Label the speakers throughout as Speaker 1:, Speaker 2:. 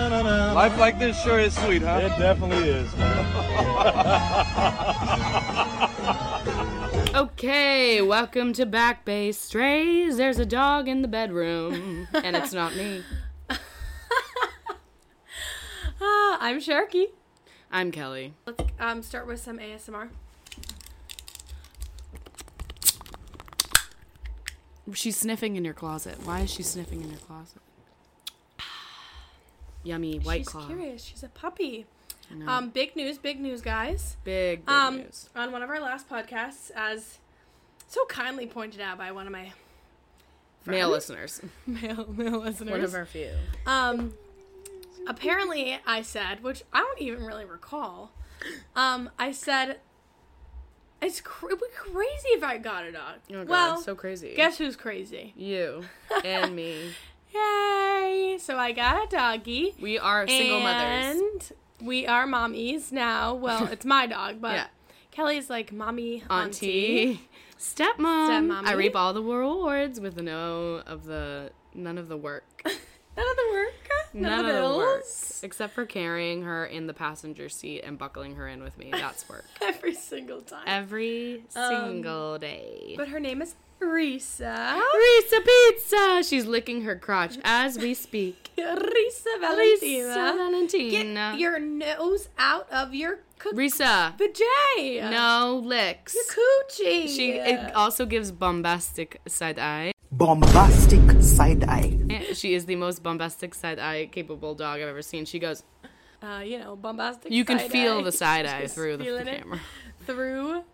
Speaker 1: Life like this sure is sweet, huh?
Speaker 2: It definitely is, man.
Speaker 3: Okay, welcome to Back Bay Strays. There's a dog in the bedroom, and it's not me.
Speaker 4: Ah, I'm Sharky.
Speaker 3: I'm Kelly.
Speaker 4: Let's um, start with some ASMR.
Speaker 3: She's sniffing in your closet. Why is she sniffing in your closet? Yummy white
Speaker 4: She's
Speaker 3: claw.
Speaker 4: curious. She's a puppy.
Speaker 3: I know.
Speaker 4: Um, big news, big news, guys.
Speaker 3: big, big
Speaker 4: um,
Speaker 3: news.
Speaker 4: on one of our last podcasts, as so kindly pointed out by one of my
Speaker 3: Male listeners.
Speaker 4: male male listeners,
Speaker 3: One of our few.
Speaker 4: um, apparently I said, which I don't even really recall. Um, I said, "It's cr- it'd be crazy if I got a dog."
Speaker 3: Oh god,
Speaker 4: well,
Speaker 3: so crazy.
Speaker 4: guess who's crazy?
Speaker 3: you and me.
Speaker 4: Yay! So I got a doggy.
Speaker 3: We are single mothers.
Speaker 4: And we are mommies now. Well, it's my dog, but
Speaker 3: Yeah.
Speaker 4: Kelly's like mommy, auntie.
Speaker 3: Auntie. Stepmom.
Speaker 4: Stepmommy.
Speaker 3: I reap all the rewards with no of the none of the work.
Speaker 4: None of the work.
Speaker 3: None
Speaker 4: the
Speaker 3: of the work.
Speaker 4: bills.
Speaker 3: Except for carrying her in the passenger seat and buckling her in with me. That's work.
Speaker 4: Every single time.
Speaker 3: Every single day.
Speaker 4: Um, but her name is Risa.
Speaker 3: Risa Pizza! She's licking her crotch as we speak.
Speaker 4: Risa
Speaker 3: Risa
Speaker 4: Valentina.
Speaker 3: Valentina.
Speaker 4: Get your nose out of your cookie.
Speaker 3: Risa,
Speaker 4: Vajay.
Speaker 3: no licks.
Speaker 4: Coochie.
Speaker 3: She it also gives bombastic side eye.
Speaker 5: bombastic side eye.
Speaker 3: She is the most bombastic side eye capable dog I've ever seen. She goes,
Speaker 4: uh, you know, bombastic.
Speaker 3: you can
Speaker 4: side
Speaker 3: feel
Speaker 4: eye.
Speaker 3: the side eye
Speaker 4: She's
Speaker 3: through the, the
Speaker 4: feeling it
Speaker 3: camera,
Speaker 4: Through,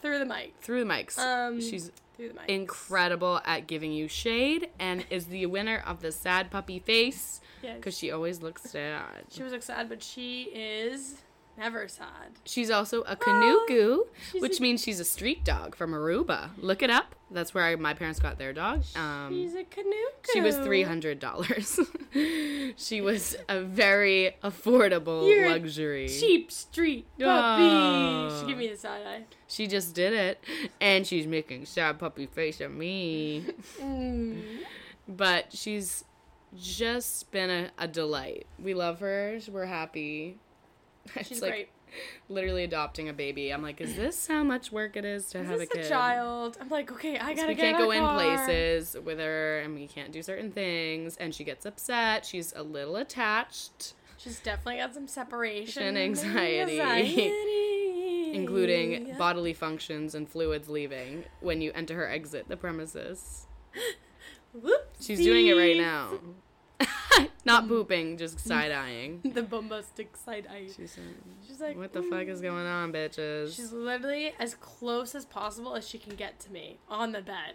Speaker 4: through the mic.
Speaker 3: through the mics.
Speaker 4: Um,
Speaker 3: She's
Speaker 4: Through the mic.
Speaker 3: incredible at giving you shade and is the winner of the sad puppy face
Speaker 4: Yes.
Speaker 3: because she always looks sad.
Speaker 4: She was like sad, but she is never sad.
Speaker 3: She's also a Kanuku,
Speaker 4: she's
Speaker 3: which
Speaker 4: a-
Speaker 3: means she's a street dog from Aruba. Look it up. That's where my parents got their dog. Um,
Speaker 4: She's a Kanuku.
Speaker 3: she was three hundred dollars. she was a very affordable
Speaker 4: You're
Speaker 3: luxury.
Speaker 4: Cheap street puppy.
Speaker 3: Oh.
Speaker 4: She gave me the side eye.
Speaker 3: She just did it, and she's making sad puppy face at me.
Speaker 4: Mm.
Speaker 3: But she's just been a, a delight. We love her. We're happy.
Speaker 4: She's
Speaker 3: it's like
Speaker 4: great.
Speaker 3: literally adopting a baby. I'm like, is this how much work it is to
Speaker 4: Is
Speaker 3: have
Speaker 4: this
Speaker 3: a kid?
Speaker 4: a child? I'm like, okay, I gotta
Speaker 3: we
Speaker 4: get
Speaker 3: can't
Speaker 4: in
Speaker 3: go
Speaker 4: our
Speaker 3: in
Speaker 4: car.
Speaker 3: places with her, and we can't do certain things. And she gets upset. She's a little attached,
Speaker 4: She's definitely got some separation
Speaker 3: And anxiety.
Speaker 4: anxiety.
Speaker 3: including bodily functions and fluids leaving when you enter her exit the premises. She's doing it right
Speaker 4: Whoopsies.
Speaker 3: now. Not pooping, just side eyeing.
Speaker 4: The bombastic side eye.
Speaker 3: She's like,
Speaker 4: She's like, mm,
Speaker 3: what the fuck is going on, bitches?
Speaker 4: She's literally as close as possible as she can get to me on the bed.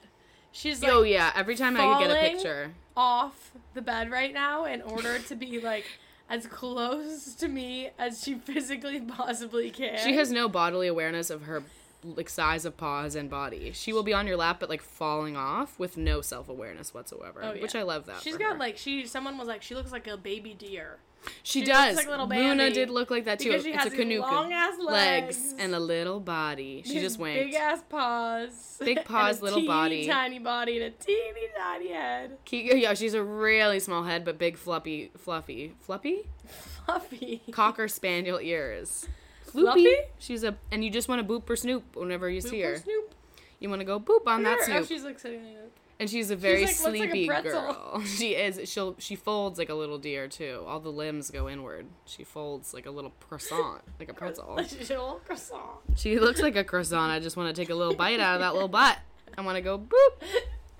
Speaker 4: She's like
Speaker 3: oh yeah, every time I get a
Speaker 4: falling.
Speaker 3: picture.
Speaker 4: off the bed right now in order to be like as close to me as she physically possibly can.
Speaker 3: She has no bodily awareness of her like size of paws and body. She will be on your lap but like falling off with no self-awareness whatsoever,
Speaker 4: Oh, yeah.
Speaker 3: which I love that.
Speaker 4: She's
Speaker 3: for
Speaker 4: got
Speaker 3: her.
Speaker 4: like she. Someone was like she looks like a baby deer.
Speaker 3: She,
Speaker 4: she looks
Speaker 3: does.
Speaker 4: like a little
Speaker 3: Luna
Speaker 4: Bambi
Speaker 3: did look like that too.
Speaker 4: because she
Speaker 3: it's
Speaker 4: has
Speaker 3: a
Speaker 4: these
Speaker 3: canoe.
Speaker 4: long-ass legs.
Speaker 3: and a little body. She
Speaker 4: These
Speaker 3: just winked.
Speaker 4: Big ass paws.
Speaker 3: Big
Speaker 4: and
Speaker 3: paws,
Speaker 4: a
Speaker 3: little
Speaker 4: teeny
Speaker 3: body.
Speaker 4: Tiny body and a teeny tiny head.
Speaker 3: Keegan, yeah, she's a really small head but big fluffy fluffy. Fluffy?
Speaker 4: Fluffy.
Speaker 3: cocker spaniel ears.
Speaker 4: Fluffy?
Speaker 3: Floopy. She's a, and you just want to boop or snoop whenever you see her.
Speaker 4: Where's Snoop.
Speaker 3: You want to go boop on that
Speaker 4: Her-
Speaker 3: snoop,
Speaker 4: Oh, she's like sitting like that.
Speaker 3: and she's a very
Speaker 4: like, looks like a
Speaker 3: sleepy
Speaker 4: pretzel.
Speaker 3: girl. She is. She'll she folds like a little deer too. All the limbs go inward. She folds like a little croissant, like a pretzel.
Speaker 4: She's a little croissant.
Speaker 3: she looks like a croissant. I just want to take a little bite out of that little butt. I want to go boop,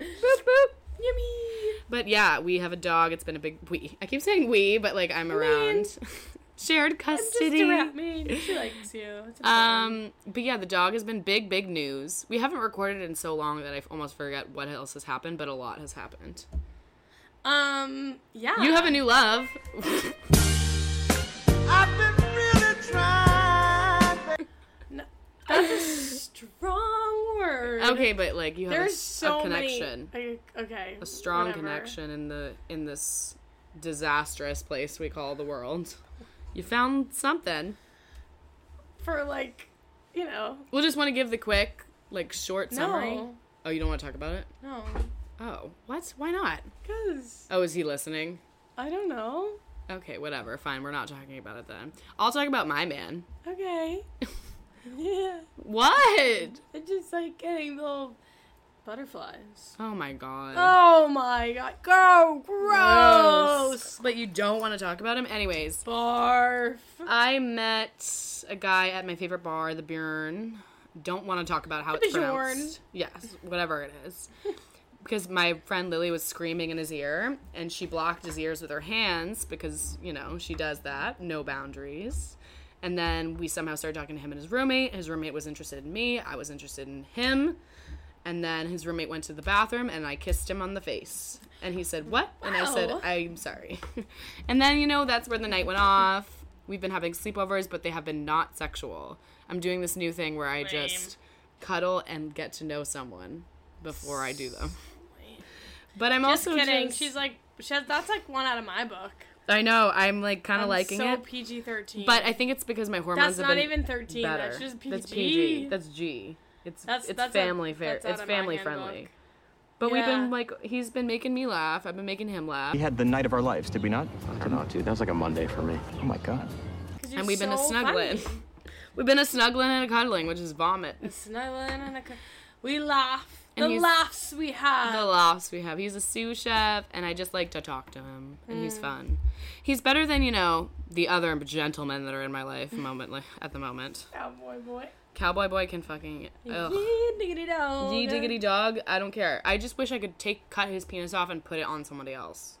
Speaker 3: boop, boop.
Speaker 4: Yummy.
Speaker 3: But yeah, we have a dog. It's been a big we. I keep saying we, but like I'm around. Shared
Speaker 4: Just
Speaker 3: custody.
Speaker 4: to wrap me. She likes you. It's important.
Speaker 3: Um, but yeah, the dog has been big, big news. We haven't recorded in so long that I almost forget what else has happened, but a lot has happened.
Speaker 4: Um. Yeah.
Speaker 3: You have a new love.
Speaker 5: I've been really trying.
Speaker 4: No, that's a strong word.
Speaker 3: okay, but like you have a,
Speaker 4: There's
Speaker 3: s-
Speaker 4: so
Speaker 3: a connection,
Speaker 4: many. I- Okay.
Speaker 3: a strong
Speaker 4: whatever.
Speaker 3: connection in the in this disastrous place we call the world. You found something.
Speaker 4: for like, you know.
Speaker 3: We'll just want to give the quick, like, short summary.
Speaker 4: No.
Speaker 3: Oh, you don't want to talk about it?
Speaker 4: No.
Speaker 3: Oh, what? Why not?
Speaker 4: Because
Speaker 3: Oh, is he listening?
Speaker 4: I don't know.
Speaker 3: Okay, whatever. Fine. We're not talking about it then. I'll talk about my man.
Speaker 4: Okay. yeah.
Speaker 3: What?
Speaker 4: It's just like getting the little butterflies.
Speaker 3: Oh my god.
Speaker 4: Oh my god. Go Oh, gross.
Speaker 3: But you don't want to talk about him? Anyways,
Speaker 4: Barf.
Speaker 3: I met a guy at my favorite bar, the Bjorn. Don't want to talk about how
Speaker 4: The
Speaker 3: it's
Speaker 4: Bjorn.
Speaker 3: pronounced. Yes, whatever it is. because my friend Lily was screaming in his ear and she blocked his ears with her hands because, you know, she does that, no boundaries. And then we somehow started talking to him and his roommate. His roommate was interested in me, I was interested in him. And then his roommate went to the bathroom and I kissed him on the face. And he said, What? And I said,
Speaker 4: Wow.
Speaker 3: I'm sorry. and then, you know, that's where the night went off. We've been having sleepovers, but they have been not sexual. I'm doing this new thing where I just cuddle and get to know someone before I do them. But I'm
Speaker 4: Just
Speaker 3: also
Speaker 4: kidding.
Speaker 3: just-
Speaker 4: She's like she has, that's like one out of my book.
Speaker 3: I know. I'm like kind of
Speaker 4: I'm
Speaker 3: liking
Speaker 4: so
Speaker 3: it,
Speaker 4: PG thirteen.
Speaker 3: but I think it's because my hormones
Speaker 4: that's
Speaker 3: have
Speaker 4: not
Speaker 3: been
Speaker 4: even thirteen.
Speaker 3: better.
Speaker 4: That's just PG.
Speaker 3: That's PG. That's G. It's
Speaker 4: That's-
Speaker 3: it's
Speaker 4: that's a-
Speaker 3: family fair.
Speaker 4: that's out
Speaker 3: It's
Speaker 4: of my
Speaker 3: family
Speaker 4: handbook.
Speaker 3: friendly. But we've
Speaker 4: Yeah.
Speaker 3: been like he's been making me laugh. I've been making him laugh.
Speaker 1: We had the night of our lives, did we not?
Speaker 6: I don't know, dude. That was like a Monday for me.
Speaker 1: Oh my god.
Speaker 4: 'Cause you're
Speaker 3: And we've been a
Speaker 4: so
Speaker 3: snuggling.
Speaker 4: funny.
Speaker 3: We've been a snuggling and a cuddling, which is vomit.
Speaker 4: snuggling and a, cu- we laugh.
Speaker 3: And
Speaker 4: The
Speaker 3: he's-
Speaker 4: laughs we have.
Speaker 3: the laughs we have. He's a sous chef, and I just like to talk to him, and he's
Speaker 4: Mm.
Speaker 3: fun. He's better than you know the other gentlemen that are in my life moment at the moment.
Speaker 4: Cowboy boy.
Speaker 3: Cowboy boy can fucking ugh.
Speaker 4: Yee diggity dog.
Speaker 3: Yee diggity dog. I don't care. I just wish I could take cut his penis off and put it on somebody else.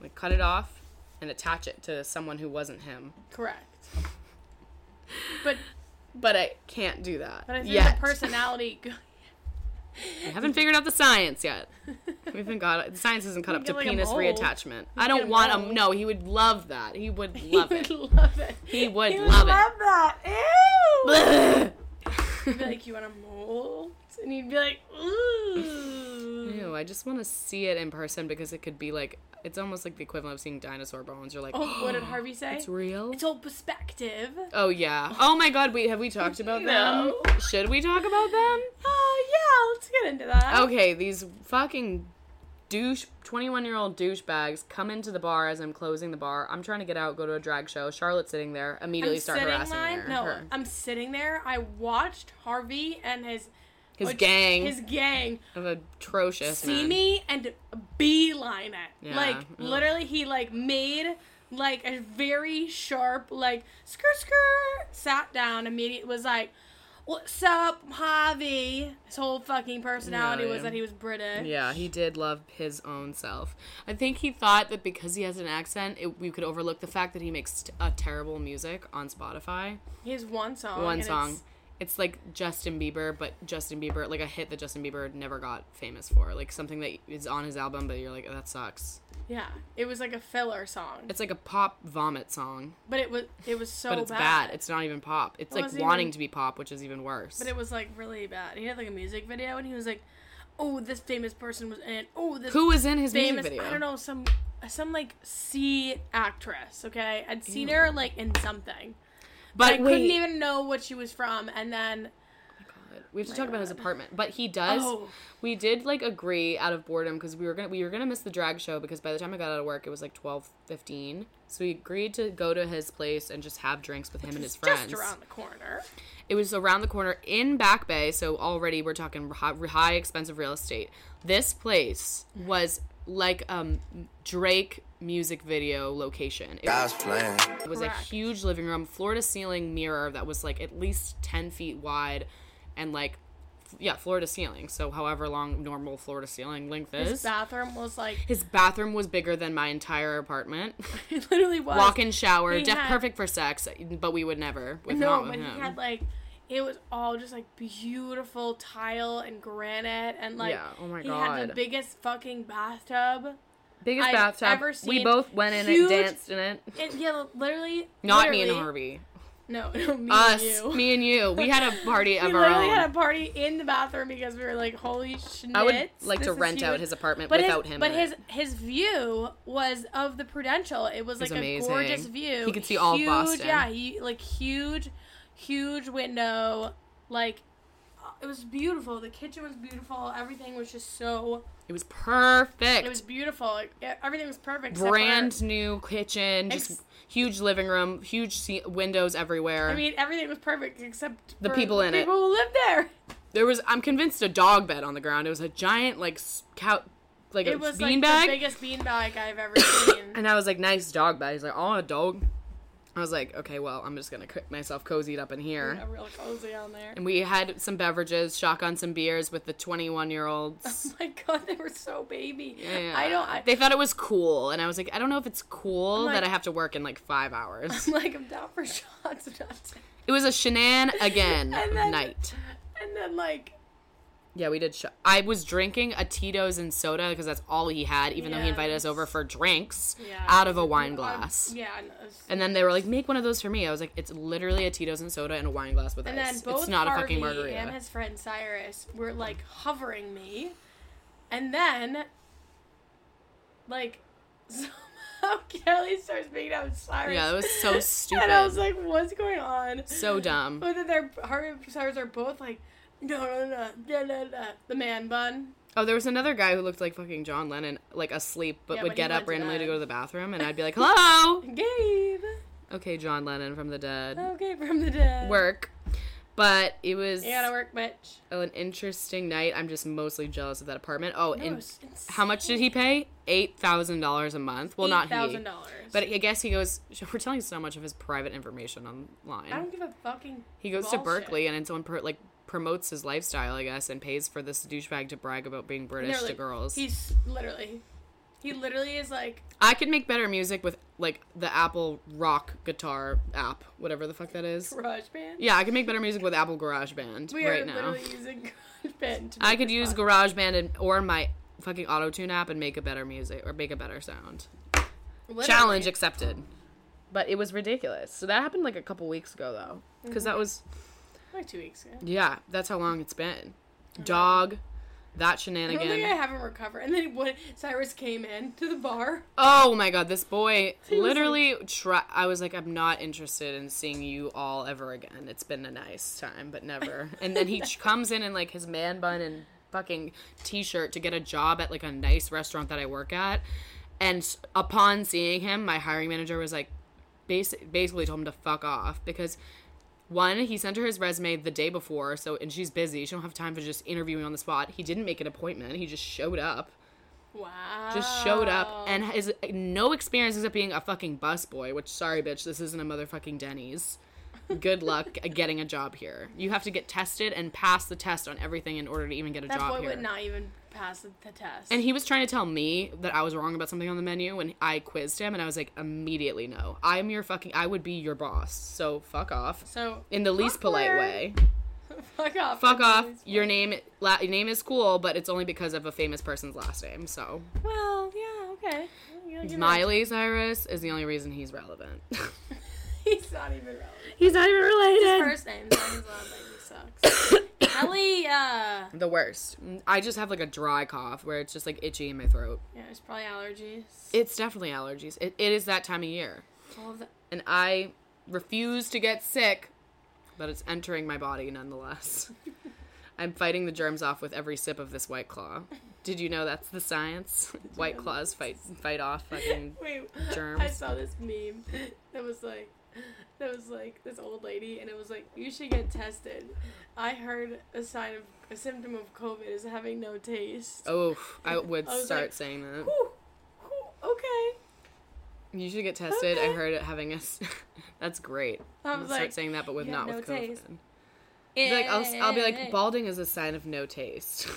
Speaker 3: Like cut it off and attach it to someone who wasn't him.
Speaker 4: Correct. But
Speaker 3: But I can't do that.
Speaker 4: but I think
Speaker 3: yet.
Speaker 4: the personality. go-
Speaker 3: I haven't figured out the science yet. We haven't got the science isn't cut up
Speaker 4: get,
Speaker 3: to
Speaker 4: like, a
Speaker 3: penis
Speaker 4: mold.
Speaker 3: reattachment. I
Speaker 4: get
Speaker 3: don't
Speaker 4: a
Speaker 3: want him.
Speaker 4: mold.
Speaker 3: No, he would love that. He would love
Speaker 4: he
Speaker 3: it.
Speaker 4: would love it.
Speaker 3: He would
Speaker 4: He
Speaker 3: love it.
Speaker 4: that. Ew.
Speaker 3: Ugh.
Speaker 4: He'd be like, you want a mold? And he'd be like, ooh.
Speaker 3: Ew, I just want to see it in person because it could be like it's almost like the equivalent of seeing dinosaur bones. You're like,
Speaker 4: Oh, what did Harvey say?
Speaker 3: it's real.
Speaker 4: It's all perspective.
Speaker 3: oh yeah. Oh my God. Wait, have we talked about
Speaker 4: No.
Speaker 3: them? Should we talk about them?
Speaker 4: Oh, yeah, let's get into that.
Speaker 3: Okay, these fucking douche 21 year old douchebags come into the bar as I'm closing the bar. I'm trying to get out, go to a drag show. Charlotte's sitting there. Immediately
Speaker 4: I'm
Speaker 3: start
Speaker 4: sitting
Speaker 3: harassing
Speaker 4: line-
Speaker 3: her.
Speaker 4: No,
Speaker 3: her.
Speaker 4: I'm sitting there. I watched Harvey and his
Speaker 3: His
Speaker 4: which-
Speaker 3: gang
Speaker 4: Oh, his gang
Speaker 3: of atrocious
Speaker 4: see
Speaker 3: men.
Speaker 4: me and beeline it.
Speaker 3: Yeah,
Speaker 4: Like
Speaker 3: ugh.
Speaker 4: literally, he like made like a very sharp like skr skr. Sat down immediately. Was like, "What's up, Harvey?" His whole fucking personality
Speaker 3: Yeah,
Speaker 4: was
Speaker 3: yeah.
Speaker 4: that he was British.
Speaker 3: Yeah, he did love his own self. I think he thought that because he has an accent, it, we could overlook the fact that he makes t- a terrible music on Spotify.
Speaker 4: He has one song.
Speaker 3: One
Speaker 4: and
Speaker 3: song.
Speaker 4: it's-
Speaker 3: It's, like Justin Bieber, but Justin Bieber, like a hit that Justin Bieber never got famous for. Like something that is on his album, but you're like, oh, that sucks.
Speaker 4: Yeah, it was like a filler song,
Speaker 3: It's like a pop vomit song,
Speaker 4: but it was it was so
Speaker 3: but it's bad.
Speaker 4: bad.
Speaker 3: It's not even pop. It's like
Speaker 4: wasn't
Speaker 3: wanting
Speaker 4: even-
Speaker 3: to be pop, which is even worse.
Speaker 4: But it was like really bad. He had like a music video, and he was like, "Oh, this famous person was in it. Oh, this
Speaker 3: Who was in his
Speaker 4: famous?
Speaker 3: music video?
Speaker 4: I don't know some some like C actress. Okay, I'd seen her like in something,
Speaker 3: But
Speaker 4: I
Speaker 3: wait.
Speaker 4: couldn't even know what she was from. And then
Speaker 3: We have to talk about his apartment, but he does.
Speaker 4: Oh.
Speaker 3: We did like agree out of boredom because we were gonna we were gonna miss the drag show because by the time I got out of work it was like twelve fifteen. So we agreed to go to his place and just have drinks with him and his
Speaker 4: it's
Speaker 3: friends.
Speaker 4: just around the corner,
Speaker 3: It was around the corner in Back Bay, so already we're talking high, high expensive real estate. This place was like um Drake music video location. It was, it was a
Speaker 4: Correct.
Speaker 3: huge living room, floor to ceiling mirror that was like at least ten feet wide, and like f- yeah, floor to ceiling. So however long normal floor to ceiling length is.
Speaker 4: his bathroom was like
Speaker 3: His bathroom was bigger than my entire apartment.
Speaker 4: it literally was
Speaker 3: Walk in shower,
Speaker 4: He
Speaker 3: def-
Speaker 4: had-
Speaker 3: perfect for sex, but we would never. With
Speaker 4: No,
Speaker 3: not with
Speaker 4: but
Speaker 3: him.
Speaker 4: he had like it was all just like beautiful tile and granite and like
Speaker 3: Yeah, oh my
Speaker 4: he had the
Speaker 3: God.
Speaker 4: biggest fucking bathtub.
Speaker 3: biggest
Speaker 4: I've
Speaker 3: bathtub
Speaker 4: ever
Speaker 3: We
Speaker 4: seen.
Speaker 3: both went in
Speaker 4: Huge-
Speaker 3: it, danced in it.
Speaker 4: It, yeah, literally.
Speaker 3: Not me and
Speaker 4: literally-
Speaker 3: Harvey.
Speaker 4: No, no, me
Speaker 3: Us,
Speaker 4: and you.
Speaker 3: me and you. We had a party of
Speaker 4: we
Speaker 3: our
Speaker 4: literally had
Speaker 3: own.
Speaker 4: a party in the bathroom because we were like, "Holy shit!"
Speaker 3: I would like to rent out his apartment without
Speaker 4: his,
Speaker 3: him.
Speaker 4: But
Speaker 3: in
Speaker 4: his
Speaker 3: it.
Speaker 4: his view was of the Prudential. It was
Speaker 3: was
Speaker 4: like a gorgeous
Speaker 3: amazing.
Speaker 4: view.
Speaker 3: He could see all of
Speaker 4: huge,
Speaker 3: Boston.
Speaker 4: Yeah, he like huge, huge window, like it was beautiful. The kitchen was beautiful. Everything was just so.
Speaker 3: It was perfect.
Speaker 4: It was beautiful. Like, e- everything was perfect. except for-
Speaker 3: brand new kitchen, just
Speaker 4: Ex-
Speaker 3: huge living room, huge se- windows everywhere.
Speaker 4: I mean, everything was perfect except
Speaker 3: The
Speaker 4: for
Speaker 3: people in it.
Speaker 4: People who lived there.
Speaker 3: there was I'm convinced a dog bed on the ground. It was a giant like s- cow like a
Speaker 4: It was
Speaker 3: beanbag.
Speaker 4: like the biggest beanbag I've ever seen.
Speaker 3: and I was like, "Nice dog bed." He's like, "I want a dog." I was like, "Okay, well, I'm just gonna cook myself cozied up in here."
Speaker 4: A real cozy on there.
Speaker 3: And we had some beverages, shotgun some beers with the 21 year olds.
Speaker 4: My God, they were so baby. I don't. I,
Speaker 3: they thought it was cool, and I was like, I don't know if it's cool
Speaker 4: like-
Speaker 3: that I have to work in like five hours.
Speaker 4: I'm like I'm down for shots, but not. to-
Speaker 3: it was a shenan again
Speaker 4: And then-
Speaker 3: night.
Speaker 4: And then like
Speaker 3: Yeah, we did. Sh- I was drinking a Tito's and soda because that's all he had, even though he invited us
Speaker 4: Yes.
Speaker 3: over for drinks
Speaker 4: Yeah.
Speaker 3: out of a wine
Speaker 4: um,
Speaker 3: glass.
Speaker 4: yeah. And, it was-
Speaker 3: And then they were like, make one of those for me. I was like, it's literally a Tito's and soda and a wine glass with
Speaker 4: and
Speaker 3: ice.
Speaker 4: then both
Speaker 3: it's not
Speaker 4: Harvey
Speaker 3: a fucking margarita.
Speaker 4: and his friend Cyrus were like hovering me, and then like somehow Kelly starts being out with Cyrus.
Speaker 3: yeah, that was so stupid.
Speaker 4: And I was like, what's going on?
Speaker 3: so dumb.
Speaker 4: But then their Harvey and Cyrus are both like, no, no, no, no, no, no, the man bun.
Speaker 3: Oh, there was another guy who looked like fucking John Lennon, like asleep, but
Speaker 4: Yeah,
Speaker 3: would
Speaker 4: but he
Speaker 3: get up
Speaker 4: went to
Speaker 3: randomly to
Speaker 4: bed.
Speaker 3: go to the bathroom, and I'd be like, hello!
Speaker 4: Gabe.
Speaker 3: okay, John Lennon from the dead.
Speaker 4: Okay, from the dead.
Speaker 3: Work. But it was
Speaker 4: You gotta work, bitch.
Speaker 3: an interesting night. I'm just mostly jealous of that apartment. Oh,
Speaker 4: It
Speaker 3: and
Speaker 4: was
Speaker 3: how much did he pay? $8,000 a month. Well, not he.
Speaker 4: $8,000.
Speaker 3: But I guess he goes, we're telling so much of his private information online.
Speaker 4: I don't give a fucking.
Speaker 3: He goes to
Speaker 4: bullshit.
Speaker 3: Berkeley and then someone per, like promotes his lifestyle, I guess, and pays for this douchebag to brag about being
Speaker 4: And they're
Speaker 3: British to
Speaker 4: like-
Speaker 3: girls.
Speaker 4: He's literally. He literally is like,
Speaker 3: I could make better music with like the Apple Rock guitar app, whatever the fuck that is.
Speaker 4: garage band.
Speaker 3: Yeah, I could make better music with Apple GarageBand
Speaker 4: we
Speaker 3: right
Speaker 4: are
Speaker 3: now.
Speaker 4: literally using garage band. to
Speaker 3: I
Speaker 4: make
Speaker 3: could
Speaker 4: this
Speaker 3: use
Speaker 4: pod-
Speaker 3: GarageBand and, or my fucking AutoTune app and make a better music or make a better sound.
Speaker 4: literally.
Speaker 3: Challenge accepted. But it was ridiculous. So that happened like a couple weeks ago though, because that was
Speaker 4: Like two weeks ago.
Speaker 3: Mm-hmm. Yeah, that's how long it's been. Dog, that
Speaker 4: I don't think I
Speaker 3: shenanigan.
Speaker 4: haven't recovered. And then when Cyrus came in to the bar,
Speaker 3: Oh my god, this boy
Speaker 4: was
Speaker 3: literally try I was like I'm not interested in seeing you all ever again. It's been a nice time, but never. And then he ch- comes in in like his man bun and fucking t-shirt to get a job at like a nice restaurant that I work at. And s- upon seeing him, my hiring manager was like basi- basically told him to fuck off because One, he sent her his resume the day before, so and she's busy. She don't have time for just interviewing on the spot. He didn't make an appointment. He just showed up.
Speaker 4: wow.
Speaker 3: Just showed
Speaker 4: Oh.
Speaker 3: up and has no experience except being a fucking busboy, which sorry bitch, this isn't a motherfucking Denny's. Good luck getting a job here. You have to get tested and pass the test on everything in order to even get a
Speaker 4: that
Speaker 3: job
Speaker 4: boy
Speaker 3: here.
Speaker 4: would not even pass the the test.
Speaker 3: And he was trying to tell me that I was wrong about something on the menu when I quizzed him and I was like immediately no. I'm your fucking I would be your boss. So fuck off.
Speaker 4: so
Speaker 3: In the least polite
Speaker 4: awkward.
Speaker 3: way.
Speaker 4: Fuck off.
Speaker 3: Fuck off.
Speaker 4: Everybody's-
Speaker 3: Your name la- your name is cool, but it's only because of a famous person's last name. So
Speaker 4: Well, yeah, okay. You know, you know,
Speaker 3: Miley Cyrus is the only reason he's relevant.
Speaker 4: He's not even relevant.
Speaker 3: he's not even
Speaker 4: His
Speaker 3: related.
Speaker 4: first name. That means a lot of baby sucks. Ellie, uh, yeah,
Speaker 3: The worst. I just have like a dry cough where it's just like itchy in my throat.
Speaker 4: it's probably allergies.
Speaker 3: It's definitely allergies. It, it is that time of year,
Speaker 4: All of the-
Speaker 3: and I refuse to get sick, but it's entering my body nonetheless. I'm fighting the germs off with every sip of this white claw. Did you know that's the science? White claws fight fight off fucking
Speaker 4: Wait, I
Speaker 3: Germs.
Speaker 4: saw this meme that was like, that was like this old lady, and it was like, you should get tested. I heard a sign of a symptom of COVID is having no taste.
Speaker 3: Oh, I would
Speaker 4: I was
Speaker 3: start
Speaker 4: like,
Speaker 3: saying that.
Speaker 4: Whew, whew, okay.
Speaker 3: You should get tested. I
Speaker 4: Okay.
Speaker 3: heard it having a. s- That's great.
Speaker 4: I
Speaker 3: I'm
Speaker 4: was
Speaker 3: gonna start
Speaker 4: like,
Speaker 3: saying that, but with
Speaker 4: "You
Speaker 3: not
Speaker 4: have
Speaker 3: with
Speaker 4: no
Speaker 3: COVID.
Speaker 4: taste."
Speaker 3: Be like I'll, s- I'll be like balding is a sign of no taste.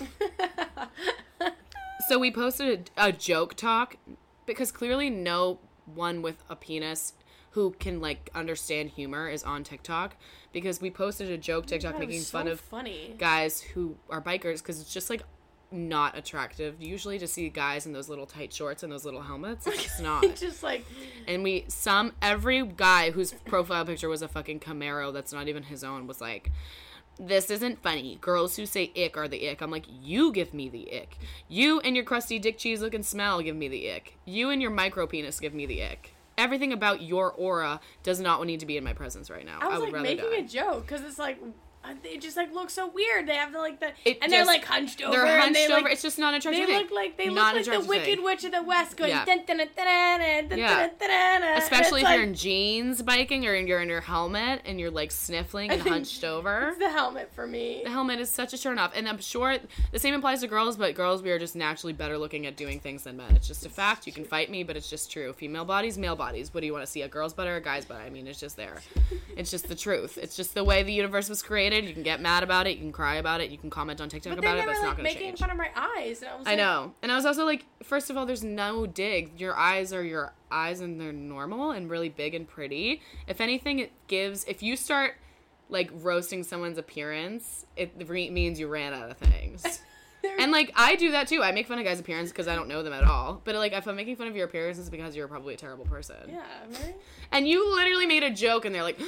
Speaker 3: so we posted a, a joke talk because clearly no one with a penis who can like understand humor is on TikTok because we posted a joke TikTok
Speaker 4: God, it was
Speaker 3: making
Speaker 4: so
Speaker 3: fun of
Speaker 4: funny.
Speaker 3: guys who are bikers because it's just like not attractive usually to see guys in those little tight shorts and those little helmets. It's just not.
Speaker 4: Just like
Speaker 3: And we some every guy whose profile picture was a fucking Camaro that's not even his own was like, This isn't funny. Girls who say ick are the ick. I'm like, you give me the ick. You and your crusty dick cheese looking smell give me the ick. You and your micro penis give me the ick. Everything about your aura does not need to be in my presence right now.
Speaker 4: I
Speaker 3: I,
Speaker 4: was
Speaker 3: would
Speaker 4: like
Speaker 3: rather
Speaker 4: making
Speaker 3: die.
Speaker 4: a joke because it's like uh, they just like look so weird. They have the, like the
Speaker 3: It
Speaker 4: and they're
Speaker 3: just-
Speaker 4: like hunched over.
Speaker 3: They're
Speaker 4: and
Speaker 3: hunched
Speaker 4: they,
Speaker 3: over.
Speaker 4: Like,
Speaker 3: it's just not an
Speaker 4: they
Speaker 3: attractive thing.
Speaker 4: look like they
Speaker 3: Not an
Speaker 4: look like the
Speaker 3: attractive
Speaker 4: Wicked
Speaker 3: thing.
Speaker 4: Witch of the West going.
Speaker 3: Yeah.
Speaker 4: Dun, dun, dun, dun, dun, dun,
Speaker 3: Yeah.
Speaker 4: dun, dun, dun, dun.
Speaker 3: Especially if
Speaker 4: It's
Speaker 3: you're
Speaker 4: like-
Speaker 3: in jeans biking or you're in your helmet and you're like sniffling and
Speaker 4: think
Speaker 3: hunched over.
Speaker 4: It's the helmet for me.
Speaker 3: The helmet is such a turn off. And I'm sure the same applies to girls, but girls, we are just naturally better looking at doing things than men. It's just a fact. You can fight me, but it's just true. Female bodies, male bodies. What do you want to see? A girl's butt or a guy's butt? I mean, it's just there. It's just the truth. It's just the way the universe was created. You can get mad about it. You can cry about it. You can comment on TikTok
Speaker 4: But they
Speaker 3: about it,
Speaker 4: never
Speaker 3: but it's not
Speaker 4: like
Speaker 3: going to
Speaker 4: making
Speaker 3: change.
Speaker 4: fun of my eyes. And I was
Speaker 3: I
Speaker 4: like,
Speaker 3: know. And I was also like, first of all, there's no dig. Your eyes are your eyes and they're normal and really big and pretty. If anything, it gives, if you start like roasting someone's appearance, it re- means you ran out of things.
Speaker 4: They're-
Speaker 3: and like, I do that too. I make fun of guys' appearance because I don't know them at all. But like, if I'm making fun of your appearance, it's because you're probably a terrible person.
Speaker 4: Yeah, right.
Speaker 3: And you literally made a joke and they're like,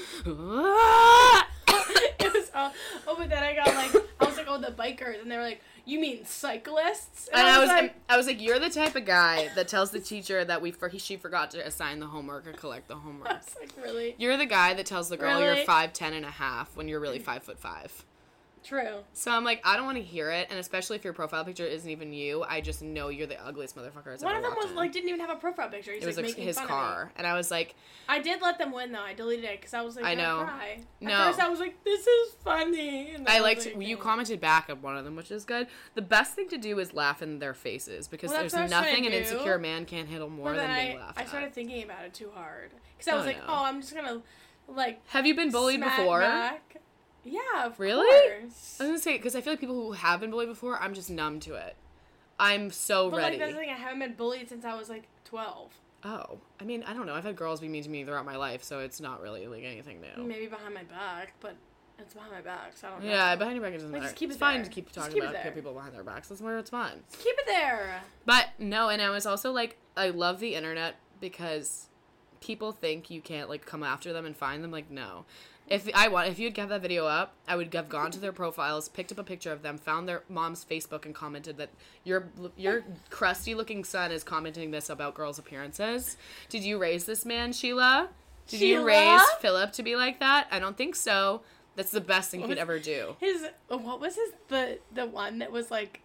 Speaker 3: "Ah!"
Speaker 4: it was all, oh, but then I got like, I was like, oh, the bikers, and they were like, you mean cyclists?
Speaker 3: And I was,
Speaker 4: like,
Speaker 3: I was like, you're the type of guy that tells the teacher that we for, she forgot to assign the homework or collect the
Speaker 4: I
Speaker 3: homework.
Speaker 4: was like, really
Speaker 3: You're the guy that tells the girl
Speaker 4: Really?
Speaker 3: you're five ten and a half when you're really five foot five.
Speaker 4: true.
Speaker 3: So I'm like, I don't want to hear it, and especially if your profile picture isn't even you, I just know you're the ugliest motherfucker. I've ever
Speaker 4: One of them
Speaker 3: walked
Speaker 4: was
Speaker 3: in.
Speaker 4: like, didn't even have a profile picture. He's
Speaker 3: it was
Speaker 4: like
Speaker 3: like,
Speaker 4: making
Speaker 3: his
Speaker 4: fun Of me.
Speaker 3: car, and I was like,
Speaker 4: I did let them win though. I deleted it because I was like,
Speaker 3: I
Speaker 4: gonna
Speaker 3: know.
Speaker 4: Cry. At
Speaker 3: No.
Speaker 4: first I was like, this is funny. And then
Speaker 3: I
Speaker 4: was
Speaker 3: liked you
Speaker 4: "No."
Speaker 3: commented back on one of them, which is good. The best thing to do is laugh in their faces because
Speaker 4: Well,
Speaker 3: there's
Speaker 4: that's what I was trying
Speaker 3: nothing
Speaker 4: to
Speaker 3: an
Speaker 4: do.
Speaker 3: insecure man can't handle more
Speaker 4: But
Speaker 3: than
Speaker 4: then
Speaker 3: being
Speaker 4: I,
Speaker 3: laughed
Speaker 4: I
Speaker 3: at.
Speaker 4: started thinking about it too hard because I was
Speaker 3: Oh,
Speaker 4: like,
Speaker 3: no.
Speaker 4: oh, I'm just gonna like
Speaker 3: Have you been bullied
Speaker 4: smack
Speaker 3: before?
Speaker 4: back. Yeah, of
Speaker 3: Really?
Speaker 4: course.
Speaker 3: I was gonna say because I feel like people who have been bullied before, I'm just numb to it. I'm so
Speaker 4: But
Speaker 3: ready.
Speaker 4: like that's the thing, I haven't been bullied since I was like twelve.
Speaker 3: Oh, I mean, I don't know. I've had girls be mean to me throughout my life, so it's not really like anything new.
Speaker 4: Maybe behind my back, but it's behind my back, so I don't know.
Speaker 3: Yeah, behind your back it doesn't
Speaker 4: Like,
Speaker 3: matter.
Speaker 4: just keep
Speaker 3: it's
Speaker 4: it
Speaker 3: fine
Speaker 4: there.
Speaker 3: to keep
Speaker 4: Just
Speaker 3: talking
Speaker 4: keep it
Speaker 3: about
Speaker 4: there.
Speaker 3: people behind their backs. That's where it's fun.
Speaker 4: Keep it there.
Speaker 3: But no, and I was also like, I love the internet because people think you can't like come after them and find them. Like, no. If I want, if you had kept that video up, I would have gone to their profiles, picked up a picture of them, found their mom's Facebook, and commented that your your crusty looking son is commenting this about girls' appearances. Did you raise this man, Sheila? Did you
Speaker 4: Sheila?
Speaker 3: raise Philip to be like that? I don't think so. That's the best thing you could
Speaker 4: was-
Speaker 3: ever do.
Speaker 4: His uh, what was his the the one that was like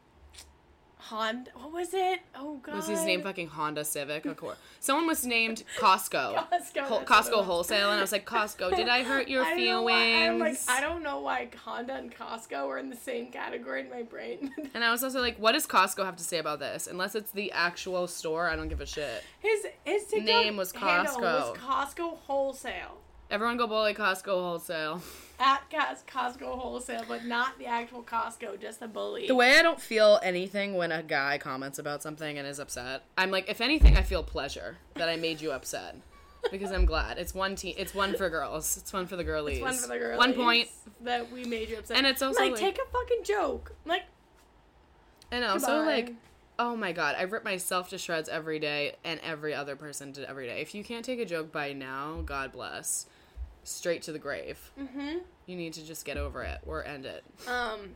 Speaker 4: Honda? What was it? Oh god.
Speaker 3: Was his name fucking Honda Civic? Of course. Someone was named Costco.
Speaker 4: Costco,
Speaker 3: Ho-
Speaker 4: that's what it
Speaker 3: Costco
Speaker 4: was.
Speaker 3: Wholesale. And I was like, Costco, did I hurt your
Speaker 4: I don't
Speaker 3: feelings?
Speaker 4: know why- I'm like, I don't know why Honda and Costco are in the same category in my brain.
Speaker 3: And I was also like, what does Costco have to say about this? Unless it's the actual store, I don't give a shit.
Speaker 4: his his TikTok
Speaker 3: Name was
Speaker 4: handle
Speaker 3: Costco.
Speaker 4: was Costco Wholesale
Speaker 3: Everyone go bully Costco Wholesale.
Speaker 4: at Cos- Costco Wholesale, but not the actual Costco, just the bully.
Speaker 3: The way I don't feel anything when a guy comments about something and is upset, I'm like, if anything, I feel pleasure that I made you upset. Because I'm glad. It's one team. It's one for girls. It's one for the girlies.
Speaker 4: one for the girls.
Speaker 3: One point.
Speaker 4: that we made you upset.
Speaker 3: And it's also,
Speaker 4: like,
Speaker 3: like-
Speaker 4: take a fucking joke. Like
Speaker 3: And also,
Speaker 4: Goodbye.
Speaker 3: like, oh my god, I rip myself to shreds every day and every other person to every day. If you can't take a joke by now, God bless. Straight to the grave. Mm-hmm. You need to just get over it or end it.
Speaker 4: um,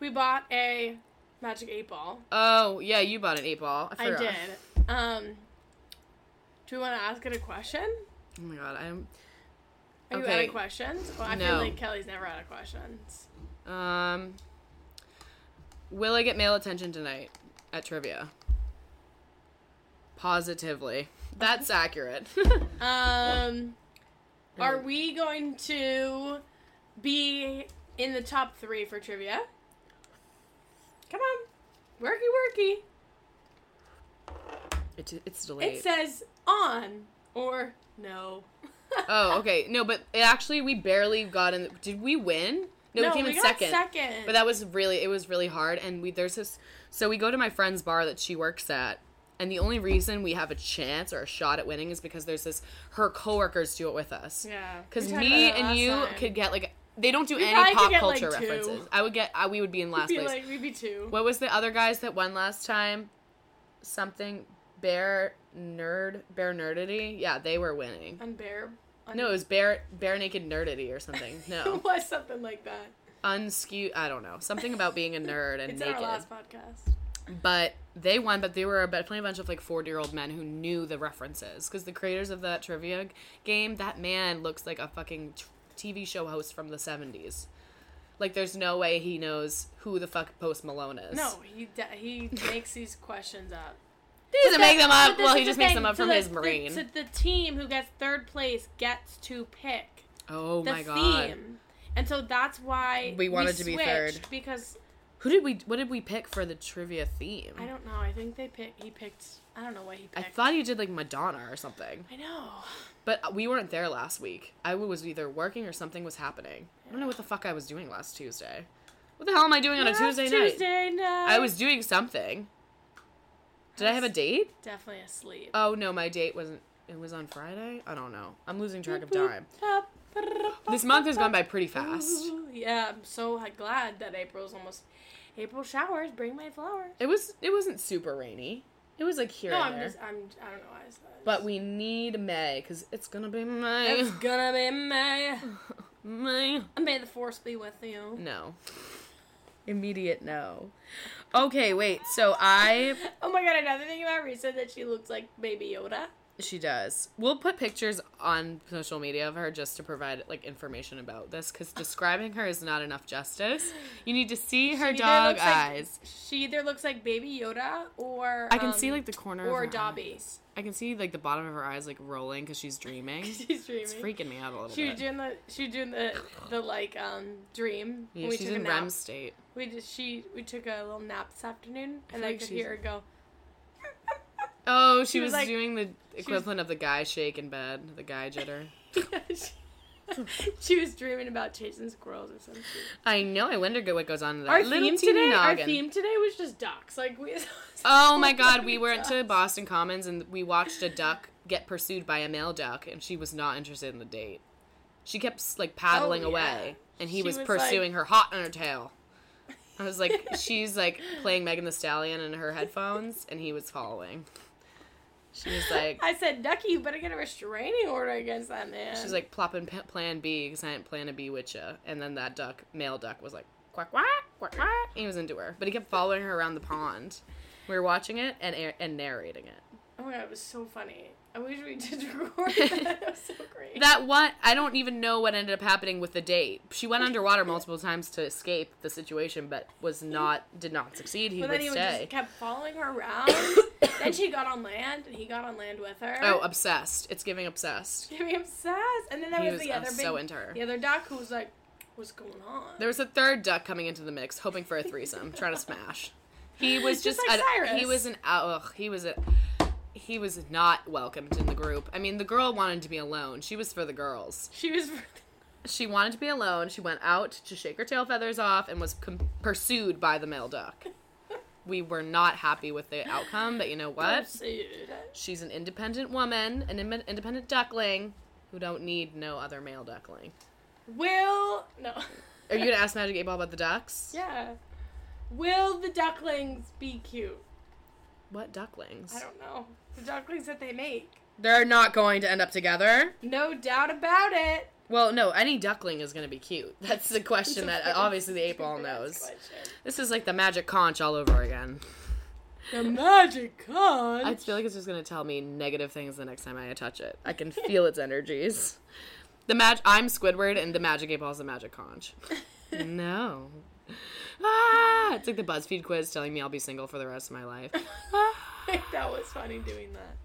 Speaker 4: we bought a magic eight ball.
Speaker 3: Oh yeah, you bought an eight ball. I,
Speaker 4: I
Speaker 3: forgot.
Speaker 4: did. Um, do we want to ask it a question?
Speaker 3: Oh my god, I'm.
Speaker 4: Are you
Speaker 3: Okay.
Speaker 4: out of questions? Well, I feel
Speaker 3: No.
Speaker 4: like Kelly's never out of questions.
Speaker 3: Um. Will I get male attention tonight at trivia? Positively. That's accurate.
Speaker 4: Um, are we going to be in the top three for trivia? Come on, worky worky.
Speaker 3: it, it's delayed.
Speaker 4: It says on or no.
Speaker 3: Oh, okay. No, but it actually we barely got in. Did we win? No, we came in second.
Speaker 4: second.
Speaker 3: But that was really it was really hard and we there's this so we go to my friend's bar that she works at and the only reason we have a chance or a shot at winning is because there's this her coworkers do it with us.
Speaker 4: Yeah.
Speaker 3: Cuz
Speaker 4: We talked
Speaker 3: me
Speaker 4: about that
Speaker 3: and
Speaker 4: last
Speaker 3: you
Speaker 4: time.
Speaker 3: could get like they don't do
Speaker 4: probably
Speaker 3: any
Speaker 4: could
Speaker 3: pop
Speaker 4: get, like,
Speaker 3: culture
Speaker 4: two.
Speaker 3: references. I would get I we would be in last
Speaker 4: be
Speaker 3: place.
Speaker 4: like we'd be two.
Speaker 3: What was the other guys that won last time? Something bear nerd bear nerdity. Yeah, they were winning.
Speaker 4: On bear. On
Speaker 3: No, it was bare bare naked nerdity or something. No,
Speaker 4: it was something like that.
Speaker 3: unskew. I don't know something about being a nerd and
Speaker 4: It's in
Speaker 3: naked.
Speaker 4: our last podcast.
Speaker 3: But they won. But they were a definitely a bunch of like forty year old men who knew the references because the creators of that trivia g- game, that man looks like a fucking tr- TV show host from the 70s. Like, there's no way he knows who the fuck Post Malone is.
Speaker 4: No, he de- he makes these questions up.
Speaker 3: he doesn't make them
Speaker 4: But
Speaker 3: up.
Speaker 4: this
Speaker 3: Well,
Speaker 4: is
Speaker 3: he
Speaker 4: the
Speaker 3: just makes
Speaker 4: thing.
Speaker 3: them up
Speaker 4: So
Speaker 3: from
Speaker 4: the-
Speaker 3: his
Speaker 4: the-
Speaker 3: brain.
Speaker 4: So the team who gets third place gets to pick
Speaker 3: oh
Speaker 4: the
Speaker 3: my god!
Speaker 4: theme, and so that's why
Speaker 3: We wanted to be
Speaker 4: switched,
Speaker 3: third.
Speaker 4: because
Speaker 3: Who did we? What did we pick for the trivia theme?
Speaker 4: I don't know. I think they picked. He picked. I don't know what he
Speaker 3: I
Speaker 4: picked.
Speaker 3: thought he did like Madonna or something,
Speaker 4: I know.
Speaker 3: but we weren't there last week. I was either working or something was happening. I don't know what the fuck I was doing last Tuesday. What the hell am I doing on a
Speaker 4: Last
Speaker 3: Tuesday, night?
Speaker 4: Tuesday night.
Speaker 3: I was doing something. Did I have a date?
Speaker 4: definitely asleep.
Speaker 3: Oh no, my date wasn't. It was on Friday. I don't know. I'm losing track of time. This month has gone by pretty fast.
Speaker 4: Yeah, I'm so glad that April's almost. April showers bring my flowers.
Speaker 3: It was. It wasn't super rainy. It was like here
Speaker 4: No,
Speaker 3: and
Speaker 4: I'm
Speaker 3: there.
Speaker 4: just. I'm. I don't know why I said. that.
Speaker 3: But we need May because it's gonna be May.
Speaker 4: It's gonna be May.
Speaker 3: May.
Speaker 4: May the force be with you.
Speaker 3: No. Immediate no. Okay, wait. So I.
Speaker 4: Oh my god, another thing about Risa that she looks like Baby Yoda.
Speaker 3: She does. We'll put pictures on social media of her just to provide like information about this because describing her is not enough justice. You need to see her
Speaker 4: either
Speaker 3: dog
Speaker 4: looks like-
Speaker 3: eyes.
Speaker 4: She either looks like Baby Yoda or.
Speaker 3: I can see
Speaker 4: um,
Speaker 3: like the corner of
Speaker 4: Or
Speaker 3: her
Speaker 4: Dobby.
Speaker 3: eye. I can see like the bottom of her eyes like rolling because she's dreaming.
Speaker 4: She's dreaming.
Speaker 3: It's freaking me out a little
Speaker 4: She was
Speaker 3: bit.
Speaker 4: doing the she was doing the the like um dream.
Speaker 3: Yeah, she's
Speaker 4: a
Speaker 3: in
Speaker 4: nap.
Speaker 3: REM state.
Speaker 4: We just she we took a little nap this afternoon, and
Speaker 3: feel
Speaker 4: I
Speaker 3: like
Speaker 4: could
Speaker 3: she's-
Speaker 4: hear her go.
Speaker 3: Oh, she,
Speaker 4: was
Speaker 3: was,
Speaker 4: like-
Speaker 3: doing the equivalent of the guy shake in bed, the guy jitter.
Speaker 4: she, she was dreaming about chasing squirrels or something.
Speaker 3: I know. I wonder go- what goes on in that
Speaker 4: Our
Speaker 3: little
Speaker 4: theme
Speaker 3: teeny
Speaker 4: today, our
Speaker 3: noggin.
Speaker 4: theme today was just ducks. Like we.
Speaker 3: Oh my god, we went to Boston Commons and we watched a duck get pursued by a male duck, and she was not interested in the date. She kept like paddling
Speaker 4: Oh, yeah.
Speaker 3: away, and he
Speaker 4: She
Speaker 3: was,
Speaker 4: was
Speaker 3: pursuing her hot on her tail. I was like, she's like playing Megan the Stallion in her headphones, and he was following. She was like,
Speaker 4: I said, Ducky, you better get a restraining order against that man.
Speaker 3: she's like plopping p- Plan B because I didn't plan to be with ya. And then that duck, male duck, was like quack quack quack quack. He was into her, but he kept following her around the pond. We were watching it and and narrating it.
Speaker 4: oh my god, it was so funny. I wish we did record that. That was so great.
Speaker 3: That one, I don't even know what ended up happening with the date. She went underwater multiple times to escape the situation, but was not did not succeed. He
Speaker 4: but
Speaker 3: would
Speaker 4: then he would
Speaker 3: stay.
Speaker 4: just kept following her around. then she got on land, and he got on land with her.
Speaker 3: Oh, obsessed! It's giving obsessed.
Speaker 4: Give me obsessed. And then there
Speaker 3: He
Speaker 4: was,
Speaker 3: was-
Speaker 4: the
Speaker 3: I'm
Speaker 4: other
Speaker 3: so
Speaker 4: big,
Speaker 3: into her.
Speaker 4: the other doc who was like, "What's going on?"
Speaker 3: There was a third duck coming into the mix, hoping for a threesome, trying to smash. He was just,
Speaker 4: Just like
Speaker 3: an-
Speaker 4: Cyrus.
Speaker 3: he was an ugh, he was a he was not welcomed in the group. I mean, the girl wanted to be alone. She was for the girls.
Speaker 4: she was.
Speaker 3: She wanted to be alone. She went out to shake her tail feathers off and was com- pursued by the male duck. We were not happy with the outcome, but you know what?
Speaker 4: Dude.
Speaker 3: She's an independent woman, an im- independent duckling who don't need no other male duckling.
Speaker 4: Will no.
Speaker 3: Are you gonna ask Magic Eight Ball about the ducks?
Speaker 4: Yeah. Will the ducklings be cute?
Speaker 3: What ducklings?
Speaker 4: I don't know. The ducklings that they make.
Speaker 3: They're not going to end up together.
Speaker 4: No doubt about it.
Speaker 3: Well, no, any duckling is gonna be cute. That's the question that
Speaker 4: Fucking
Speaker 3: obviously the eight ball
Speaker 4: stupid ass
Speaker 3: knows.
Speaker 4: question.
Speaker 3: This is like the magic conch all over again.
Speaker 4: The magic con.
Speaker 3: I feel like it's just gonna tell me negative things the next time I touch it. I can feel its energies. The mag I'm Squidward and the magic eight ball is the magic conch. no. Ah, it's like the BuzzFeed quiz telling me I'll be single for the rest of my life.
Speaker 4: that was funny doing that.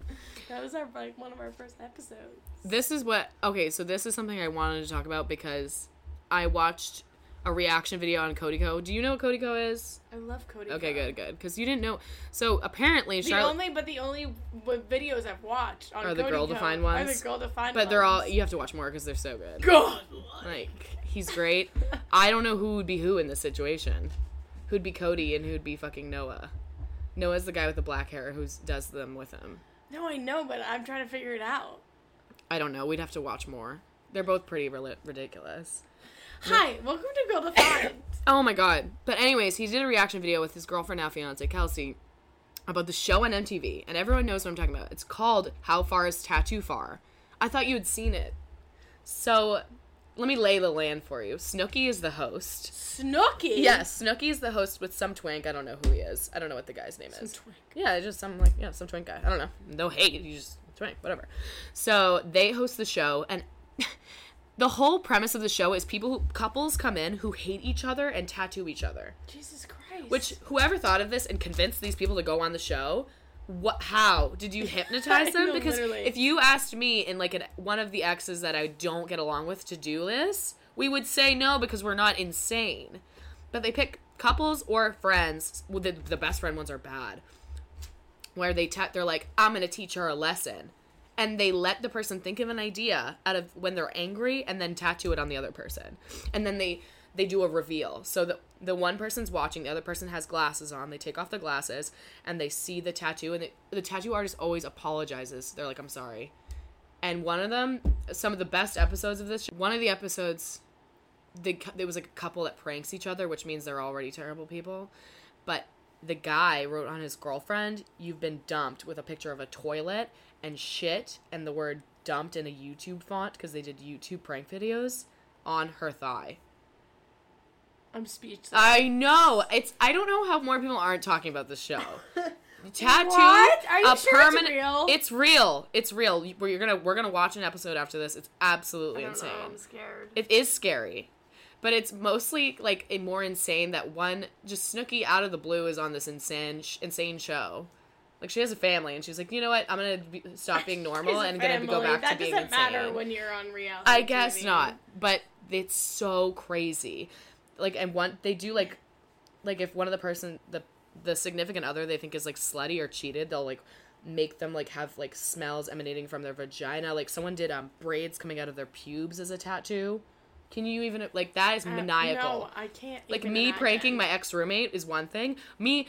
Speaker 4: That was our like one of our first episodes.
Speaker 3: This is what okay, so this is something I wanted to talk about because I watched a reaction video on Cody Co. Do you know what Cody Co is?
Speaker 4: I love Cody.
Speaker 3: Okay,
Speaker 4: Cobb.
Speaker 3: good, good. Because you didn't know. So apparently,
Speaker 4: The
Speaker 3: Charlotte.
Speaker 4: only, but the only w- videos I've watched on
Speaker 3: Are the
Speaker 4: Cody
Speaker 3: girl
Speaker 4: Code
Speaker 3: defined
Speaker 4: Are
Speaker 3: ones?
Speaker 4: the girl defined
Speaker 3: But they're all.
Speaker 4: ones.
Speaker 3: You have to watch more because they're so good.
Speaker 4: God.
Speaker 3: Like he's great. I don't know who would be who in this situation. Who'd be Cody and who'd be fucking Noah? Noah's the guy with the black hair who does them with him.
Speaker 4: No, I know, but I'm trying to figure it out.
Speaker 3: I don't know. We'd have to watch more. They're both pretty rel- ridiculous.
Speaker 4: Hi, welcome to Girl Defined.
Speaker 3: Oh my god. But anyways, he did a reaction video with his girlfriend now fiance Kelsey about the show on MTV, and everyone knows what I'm talking about. It's called How Far Is Tattoo Far. I thought you had seen it. So let me lay the land for you. Snooki is the host.
Speaker 4: Snooky.
Speaker 3: Yes, Snooki is the host with some twink. I don't know who he is. I don't know what the guy's name is. Yeah, just some like yeah, some twink guy. I don't know. No hate. You just twink, whatever. So they host the show, and the whole premise of the show is people who, couples come in who hate each other and tattoo each other.
Speaker 4: Jesus Christ.
Speaker 3: Which whoever thought of this and convinced these people to go on the show, what? How did you hypnotize them?
Speaker 4: know,
Speaker 3: because
Speaker 4: literally.
Speaker 3: if you asked me in like an, one of the exes that I don't get along with to do this, we would say no because we're not insane. But they pick couples or friends. Well, the, the best friend ones are bad, where they ta- they're like, I'm gonna teach her a lesson. And they let the person think of an idea out of when they're angry and then tattoo it on the other person. And then they they do a reveal. So the the one person's watching, the other person has glasses on. They take off the glasses and they see the tattoo and the, the tattoo artist always apologizes. They're like, "I'm sorry." And one of them, some of the best episodes of this, sh- one of the episodes the cou- there was like a couple that pranks each other, which means they're already terrible people. But the guy wrote on his girlfriend, "You've been dumped" with a picture of a toilet and shit and the word "dumped" in a YouTube font because they did YouTube prank videos on her thigh.
Speaker 4: I'm speechless.
Speaker 3: I know it's. I don't know how more people aren't talking about this show. Tattoo
Speaker 4: What? Are you
Speaker 3: a
Speaker 4: sure it's
Speaker 3: permanent.
Speaker 4: real?
Speaker 3: It's real. It's real. You- We're gonna we're gonna watch an episode after this. It's absolutely
Speaker 4: I don't
Speaker 3: insane.
Speaker 4: know, I'm scared.
Speaker 3: It is scary, but it's mostly like a more insane that one just Snooki out of the blue is on this insane sh- insane show. Like she has a family and she's like, you know what? I'm gonna be- stop being normal
Speaker 4: It's a
Speaker 3: and gonna go
Speaker 4: family.
Speaker 3: back
Speaker 4: that
Speaker 3: to being
Speaker 4: doesn't
Speaker 3: insane.
Speaker 4: matter when you're on reality.
Speaker 3: I guess
Speaker 4: TV.
Speaker 3: not, but it's so crazy. Like and one they do like like if one of the person the the significant other they think is like slutty or cheated, they'll like make them like have like smells emanating from their vagina. Like someone did um braids coming out of their pubes as a tattoo. Can you even like that is
Speaker 4: Uh,
Speaker 3: maniacal.
Speaker 4: No, I can't.
Speaker 3: like
Speaker 4: even
Speaker 3: me
Speaker 4: imagine.
Speaker 3: pranking my ex roommate is one thing. Me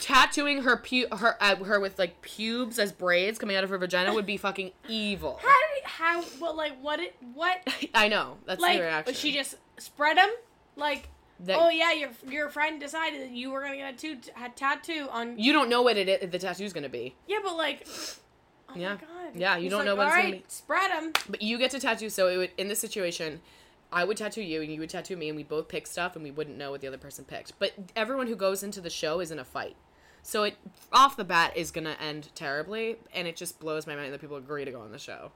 Speaker 3: tattooing her pu- her uh, her with like pubes as braids coming out of her vagina would be fucking evil.
Speaker 4: How did it, how? Well, like what? It what?
Speaker 3: I know that's
Speaker 4: Like
Speaker 3: the reaction.
Speaker 4: she just spread them. Like
Speaker 3: That-
Speaker 4: oh yeah, your your friend decided that you were gonna get a, tu- a tattoo on.
Speaker 3: You don't know what it is, the tattoo's gonna be,
Speaker 4: yeah, but like. Oh
Speaker 3: Yeah.
Speaker 4: My God.
Speaker 3: Yeah, you
Speaker 4: He's
Speaker 3: don't
Speaker 4: like,
Speaker 3: know what
Speaker 4: All
Speaker 3: it's gonna
Speaker 4: right,
Speaker 3: be."
Speaker 4: spread them.
Speaker 3: but you get to tattoo. So it would in this situation, I would tattoo you, and you would tattoo me, and we both pick stuff, and we wouldn't know what the other person picked. But everyone who goes into the show is in a fight, so it off the bat is gonna end terribly, and it just blows my mind that people agree to go on the show.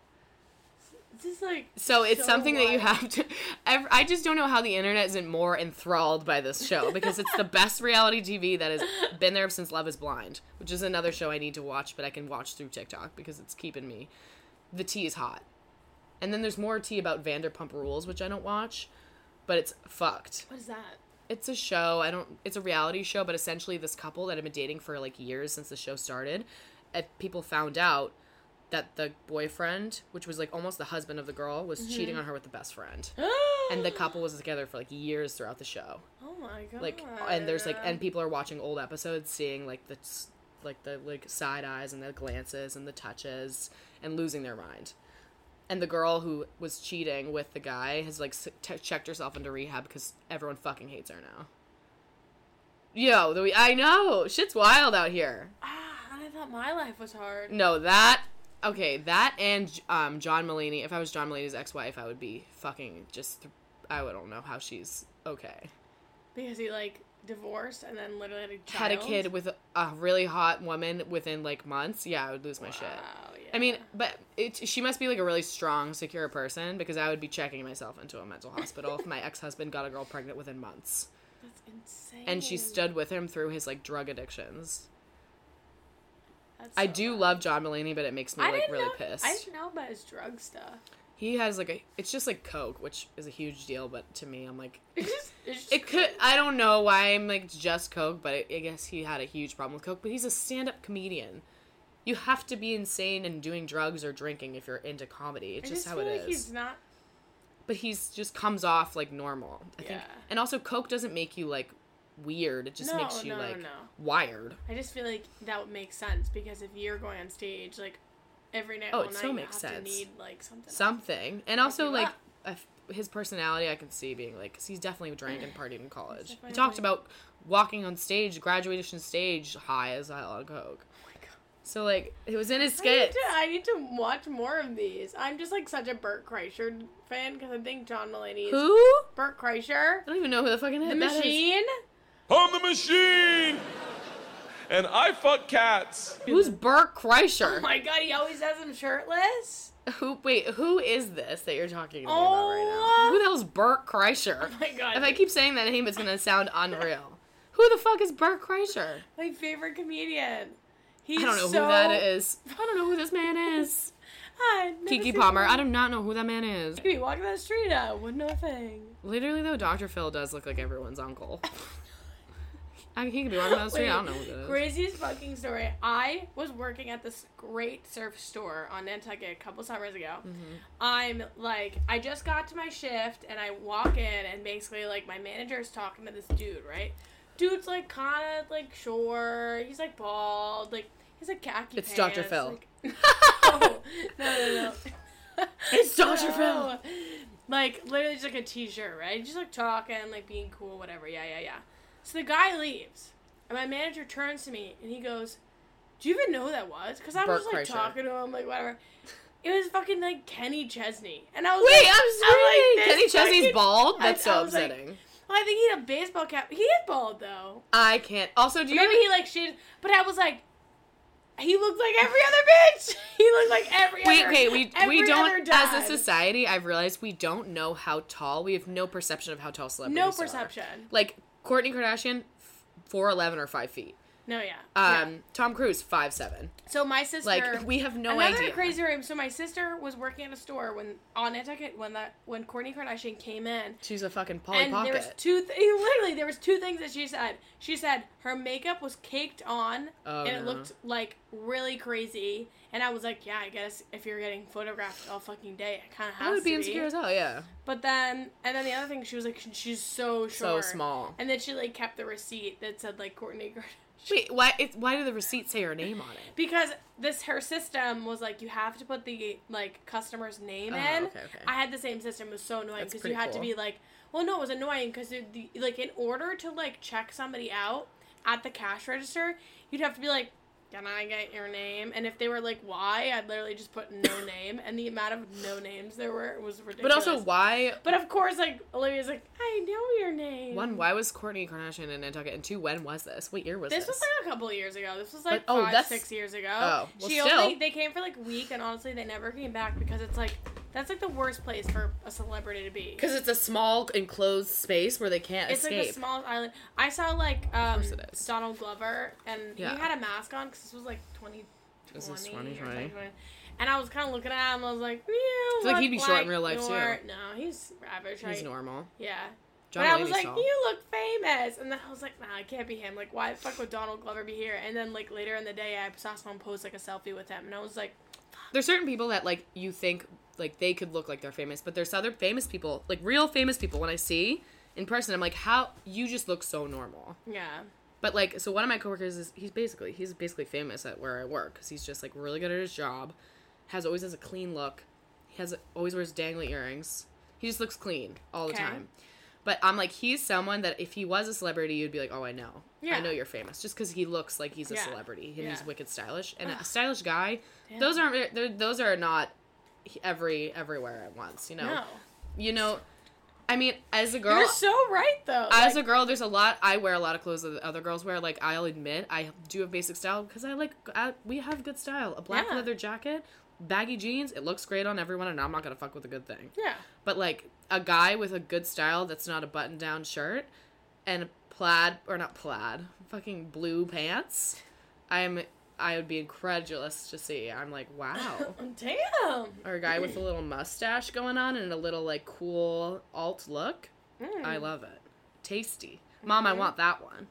Speaker 4: This is like
Speaker 3: So it's
Speaker 4: so
Speaker 3: something that you
Speaker 4: wild.
Speaker 3: have to. ev- I just don't know how the internet isn't more enthralled by this show because it's the best reality TV that has been there since Love Is Blind, which is another show I need to watch, but I can watch through TikTok because it's keeping me. The tea is hot, and then there's more tea about Vanderpump Rules, which I don't watch, but it's fucked
Speaker 4: What is that?
Speaker 3: it's a show. I don't. It's a reality show, but essentially, this couple that had been dating for like years since the show started, if people found out that the boyfriend, which was like almost the husband of the girl, was cheating on her with the best friend, and the couple was together for like years throughout the show.
Speaker 4: Oh my god.
Speaker 3: Like, and there's like, and people are watching old episodes, seeing like the, s- like the like side eyes and the glances and the touches, and losing their mind. And the girl who was cheating with the guy has like s- t- checked herself into rehab because everyone fucking hates her now. Yo, the, I know shit's wild out here.
Speaker 4: Ah, I thought my life was hard.
Speaker 3: No, that okay. That and um, John Mulaney. If I was John Mulaney's ex-wife, I would be fucking just. Th- I would- don't know how she's okay.
Speaker 4: Because he like divorced and then literally had a child.
Speaker 3: Had a kid with a really hot woman within like months. Yeah, I would lose my shit.
Speaker 4: Wow, Oh, yeah.
Speaker 3: I mean, but it, she must be like a really strong, secure person because I would be checking myself into a mental hospital if my ex-husband got a girl pregnant within months,
Speaker 4: that's insane.
Speaker 3: and she stood with him through his like drug addictions.
Speaker 4: That's
Speaker 3: I
Speaker 4: so
Speaker 3: do
Speaker 4: wild.
Speaker 3: love John Mulaney, but it makes me
Speaker 4: I
Speaker 3: like
Speaker 4: didn't
Speaker 3: really
Speaker 4: know,
Speaker 3: pissed.
Speaker 4: I didn't know about his drug stuff.
Speaker 3: He has like a. It's just like coke, which is a huge deal, but to me, I'm like,
Speaker 4: It's just, it's just
Speaker 3: it could. I don't know why I'm like just coke, but I, I guess he had a huge problem with coke. But he's a stand-up comedian. You have to be insane and doing drugs or drinking if you're into comedy. It's
Speaker 4: I
Speaker 3: just, how
Speaker 4: feel
Speaker 3: it is.
Speaker 4: like He's not.
Speaker 3: but he's just comes off like normal. I think.
Speaker 4: Yeah.
Speaker 3: And also, coke doesn't make you like weird. It just
Speaker 4: No,
Speaker 3: makes you
Speaker 4: no, no,
Speaker 3: like
Speaker 4: no.
Speaker 3: wired.
Speaker 4: I just feel like that would make sense because if you're going on stage like every night,
Speaker 3: Oh,
Speaker 4: all
Speaker 3: it
Speaker 4: night,
Speaker 3: so
Speaker 4: you
Speaker 3: makes
Speaker 4: have
Speaker 3: sense.
Speaker 4: To need like something.
Speaker 3: Something. And also
Speaker 4: you Ah.
Speaker 3: like
Speaker 4: up.
Speaker 3: a f his personality, I can see being like, 'cause he's definitely drank and partied in college. He
Speaker 4: definitely
Speaker 3: talked
Speaker 4: like-
Speaker 3: about walking on stage, graduation stage, high as hell on coke.
Speaker 4: Oh my God.
Speaker 3: So like, it was in his
Speaker 4: I need,
Speaker 3: skit.
Speaker 4: to, I need to watch more of these. I'm just like such a Burt Kreischer fan because I think John Mulaney is
Speaker 3: Who? I
Speaker 4: Burt Kreischer.
Speaker 3: don't even know who the fucking
Speaker 4: The machine.
Speaker 2: I'm the machine. and I fuck cats.
Speaker 3: Who's Bert Kreischer?
Speaker 4: Oh my god, he always has him shirtless.
Speaker 3: Who wait, who is this that you're talking to me about right
Speaker 4: Oh.
Speaker 3: now? Who the hell's Bert Kreischer?
Speaker 4: my God.
Speaker 3: If I keep saying that name, it's gonna sound unreal. Who the fuck is Bert Kreischer?
Speaker 4: My favorite comedian. He's
Speaker 3: I don't know
Speaker 4: so...
Speaker 3: who that is. I don't know who this man is.
Speaker 4: I've never
Speaker 3: Kiki
Speaker 4: seen
Speaker 3: Palmer.
Speaker 4: him.
Speaker 3: I do not know who that man is.
Speaker 4: Could be walking down the street I would know a thing.
Speaker 3: Literally though, Dr. Phil does look like everyone's uncle. I, he could be walking down the street. I don't know who that is.
Speaker 4: Craziest fucking story. I was working at this great surf store on Nantucket a couple summers ago.
Speaker 3: Mm-hmm.
Speaker 4: I'm like, I just got to my shift and I walk in and basically like my manager's talking to this dude, right? Dude's like kind of like short. He's like bald. Like he's like khaki.
Speaker 3: It's Dr.
Speaker 4: pants,
Speaker 3: Phil.
Speaker 4: like- Oh, no, no, no.
Speaker 3: It's Dr.
Speaker 4: No. Like literally just like a t-shirt, right? Just like talking, like being cool, whatever. Yeah, yeah, yeah. So the guy leaves, and my manager turns to me and he goes, "Do you even know who that was?" Because I
Speaker 3: Bert
Speaker 4: was just, like
Speaker 3: Kreischer.
Speaker 4: talking to him, like whatever. It was fucking like Kenny Chesney, and I was
Speaker 3: Wait,
Speaker 4: like,
Speaker 3: I'm sorry.
Speaker 4: like,
Speaker 3: Kenny
Speaker 4: this
Speaker 3: Chesney's
Speaker 4: fucking-
Speaker 3: bald?
Speaker 4: I-
Speaker 3: That's
Speaker 4: I
Speaker 3: so
Speaker 4: was like,
Speaker 3: upsetting.
Speaker 4: well, "Oh, I think he had a baseball cap. He is bald though.
Speaker 3: I can't. Also, do you
Speaker 4: Maybe he like shit, but I was like, he looked like every other bitch. He looked like every
Speaker 3: Wait,
Speaker 4: other.
Speaker 3: okay, we we
Speaker 4: every other
Speaker 3: don't
Speaker 4: dad.
Speaker 3: as a society. I've realized we don't know how tall. We have no perception of how tall celebrities.
Speaker 4: No
Speaker 3: are.
Speaker 4: perception.
Speaker 3: Like Courtney Kardashian, four eleven or five feet.
Speaker 4: No, yeah.
Speaker 3: Um,
Speaker 4: yeah.
Speaker 3: Tom Cruise five seven.
Speaker 4: So my sister,
Speaker 3: Like we have no
Speaker 4: another
Speaker 3: idea.
Speaker 4: crazy room. So my sister was working at a store when on Nantucket when that when Kourtney Kardashian came in,
Speaker 3: She's a fucking Polly
Speaker 4: and
Speaker 3: Pocket.
Speaker 4: there was two th- literally there was two things that she said. She said her makeup was caked on
Speaker 3: Oh,
Speaker 4: and it
Speaker 3: no.
Speaker 4: looked like really crazy. And I was like, yeah, I guess if you're getting photographed all fucking day, it kind of has
Speaker 3: I would be
Speaker 4: to
Speaker 3: insecure as hell. Yeah.
Speaker 4: But then, and then the other thing, she was like, she's so
Speaker 3: So
Speaker 4: short,
Speaker 3: small.
Speaker 4: and then she like kept the receipt that said like Courtney Kardashian
Speaker 3: Wait, why? It's, why did the receipt say her name on it?
Speaker 4: because this her system was like you have to put the like customer's name
Speaker 3: Oh,
Speaker 4: in.
Speaker 3: okay, okay.
Speaker 4: I had the same system. It was so annoying
Speaker 3: That's
Speaker 4: because
Speaker 3: pretty
Speaker 4: you had to
Speaker 3: cool.
Speaker 4: be like, well, no, it was annoying because the, like in order to like check somebody out at the cash register, you'd have to be like. Can I get your name? And if they were like, why? I'd literally just put no name. And the amount of no names there were was
Speaker 3: But
Speaker 4: ridiculous.
Speaker 3: also, why?
Speaker 4: But of course, like Olivia's like, I know your name.
Speaker 3: One, why was Courtney Kardashian in Nantucket? And two, when was this? What year was this?
Speaker 4: This was like a couple of years ago. This was like
Speaker 3: But- oh,
Speaker 4: five,
Speaker 3: that's-
Speaker 4: six years ago.
Speaker 3: Oh, well,
Speaker 4: she
Speaker 3: still.
Speaker 4: only they came for like a week, and honestly, they never came back because it's like that's like the worst place for a celebrity to be.
Speaker 3: because it's a small enclosed space where they can't
Speaker 4: It's
Speaker 3: escape.
Speaker 4: like the smallest island. I saw like um,
Speaker 3: course it is.
Speaker 4: Donald Glover, and
Speaker 3: Yeah.
Speaker 4: he had a mask on because this was like twenty
Speaker 3: This
Speaker 4: twenty.
Speaker 3: is
Speaker 4: or
Speaker 3: 2020.
Speaker 4: 2020. And I was kind of looking at him. I was like, you
Speaker 3: like
Speaker 4: look
Speaker 3: he'd be short in real life, too.
Speaker 4: your-" No, he's average.
Speaker 3: He's
Speaker 4: height.
Speaker 3: normal.
Speaker 4: Yeah.
Speaker 3: John
Speaker 4: but I was
Speaker 3: Mulaney's
Speaker 4: like,
Speaker 3: tall.
Speaker 4: you look famous. And then I was like, nah, it can't be him. Like, why the fuck would Donald Glover be here? And then, like, later in the day, I saw someone post, like, a selfie with him. And I was like,
Speaker 3: there's certain people that like you think like they could look like they're famous, but there's other famous people, like real famous people when I see in person, I'm like, how you just look so normal.
Speaker 4: yeah.
Speaker 3: But like, so one of my coworkers is he's basically he's basically famous at where I work because he's just like really good at his job, has always has a clean look, he has always wears dangly earrings. He just looks clean all the
Speaker 4: Okay.
Speaker 3: time. But I'm like, he's someone that if he was a celebrity, you'd be like, oh, I know, I
Speaker 4: Yeah.
Speaker 3: know you're famous, just because he looks like he's a
Speaker 4: Yeah.
Speaker 3: celebrity and he's
Speaker 4: Yeah.
Speaker 3: wicked stylish and a stylish guy. Those aren't they're- those are not every everywhere at once, you know.
Speaker 4: No.
Speaker 3: You know, I mean, as a girl,
Speaker 4: You're so right, though.
Speaker 3: as
Speaker 4: Like,
Speaker 3: a girl, there's a lot. I wear a lot of clothes that other girls wear. Like I'll admit, I do have basic style because I like. I, we have good style. A black
Speaker 4: Yeah.
Speaker 3: leather jacket, baggy jeans. It looks great on everyone, and I'm not gonna fuck with a good thing.
Speaker 4: yeah.
Speaker 3: But like a guy with a good style that's not a button-down shirt and a plaid or not plaid, fucking blue pants. I'm. I would be incredulous to see. I'm like, wow.
Speaker 4: Damn.
Speaker 3: or a guy with a little mustache going on and a little like cool alt look.
Speaker 4: Mm.
Speaker 3: I love it. Tasty. Mom, I want that one.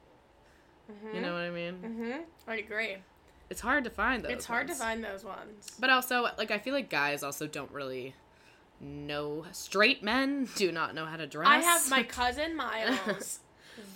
Speaker 4: Mm-hmm.
Speaker 3: You know what I mean?
Speaker 4: I agree.
Speaker 3: It's hard to find those.
Speaker 4: It's hard to
Speaker 3: ones.
Speaker 4: find those ones.
Speaker 3: But also, like I feel like guys also don't really know straight men do not know how to dress.
Speaker 4: I have my cousin Miles.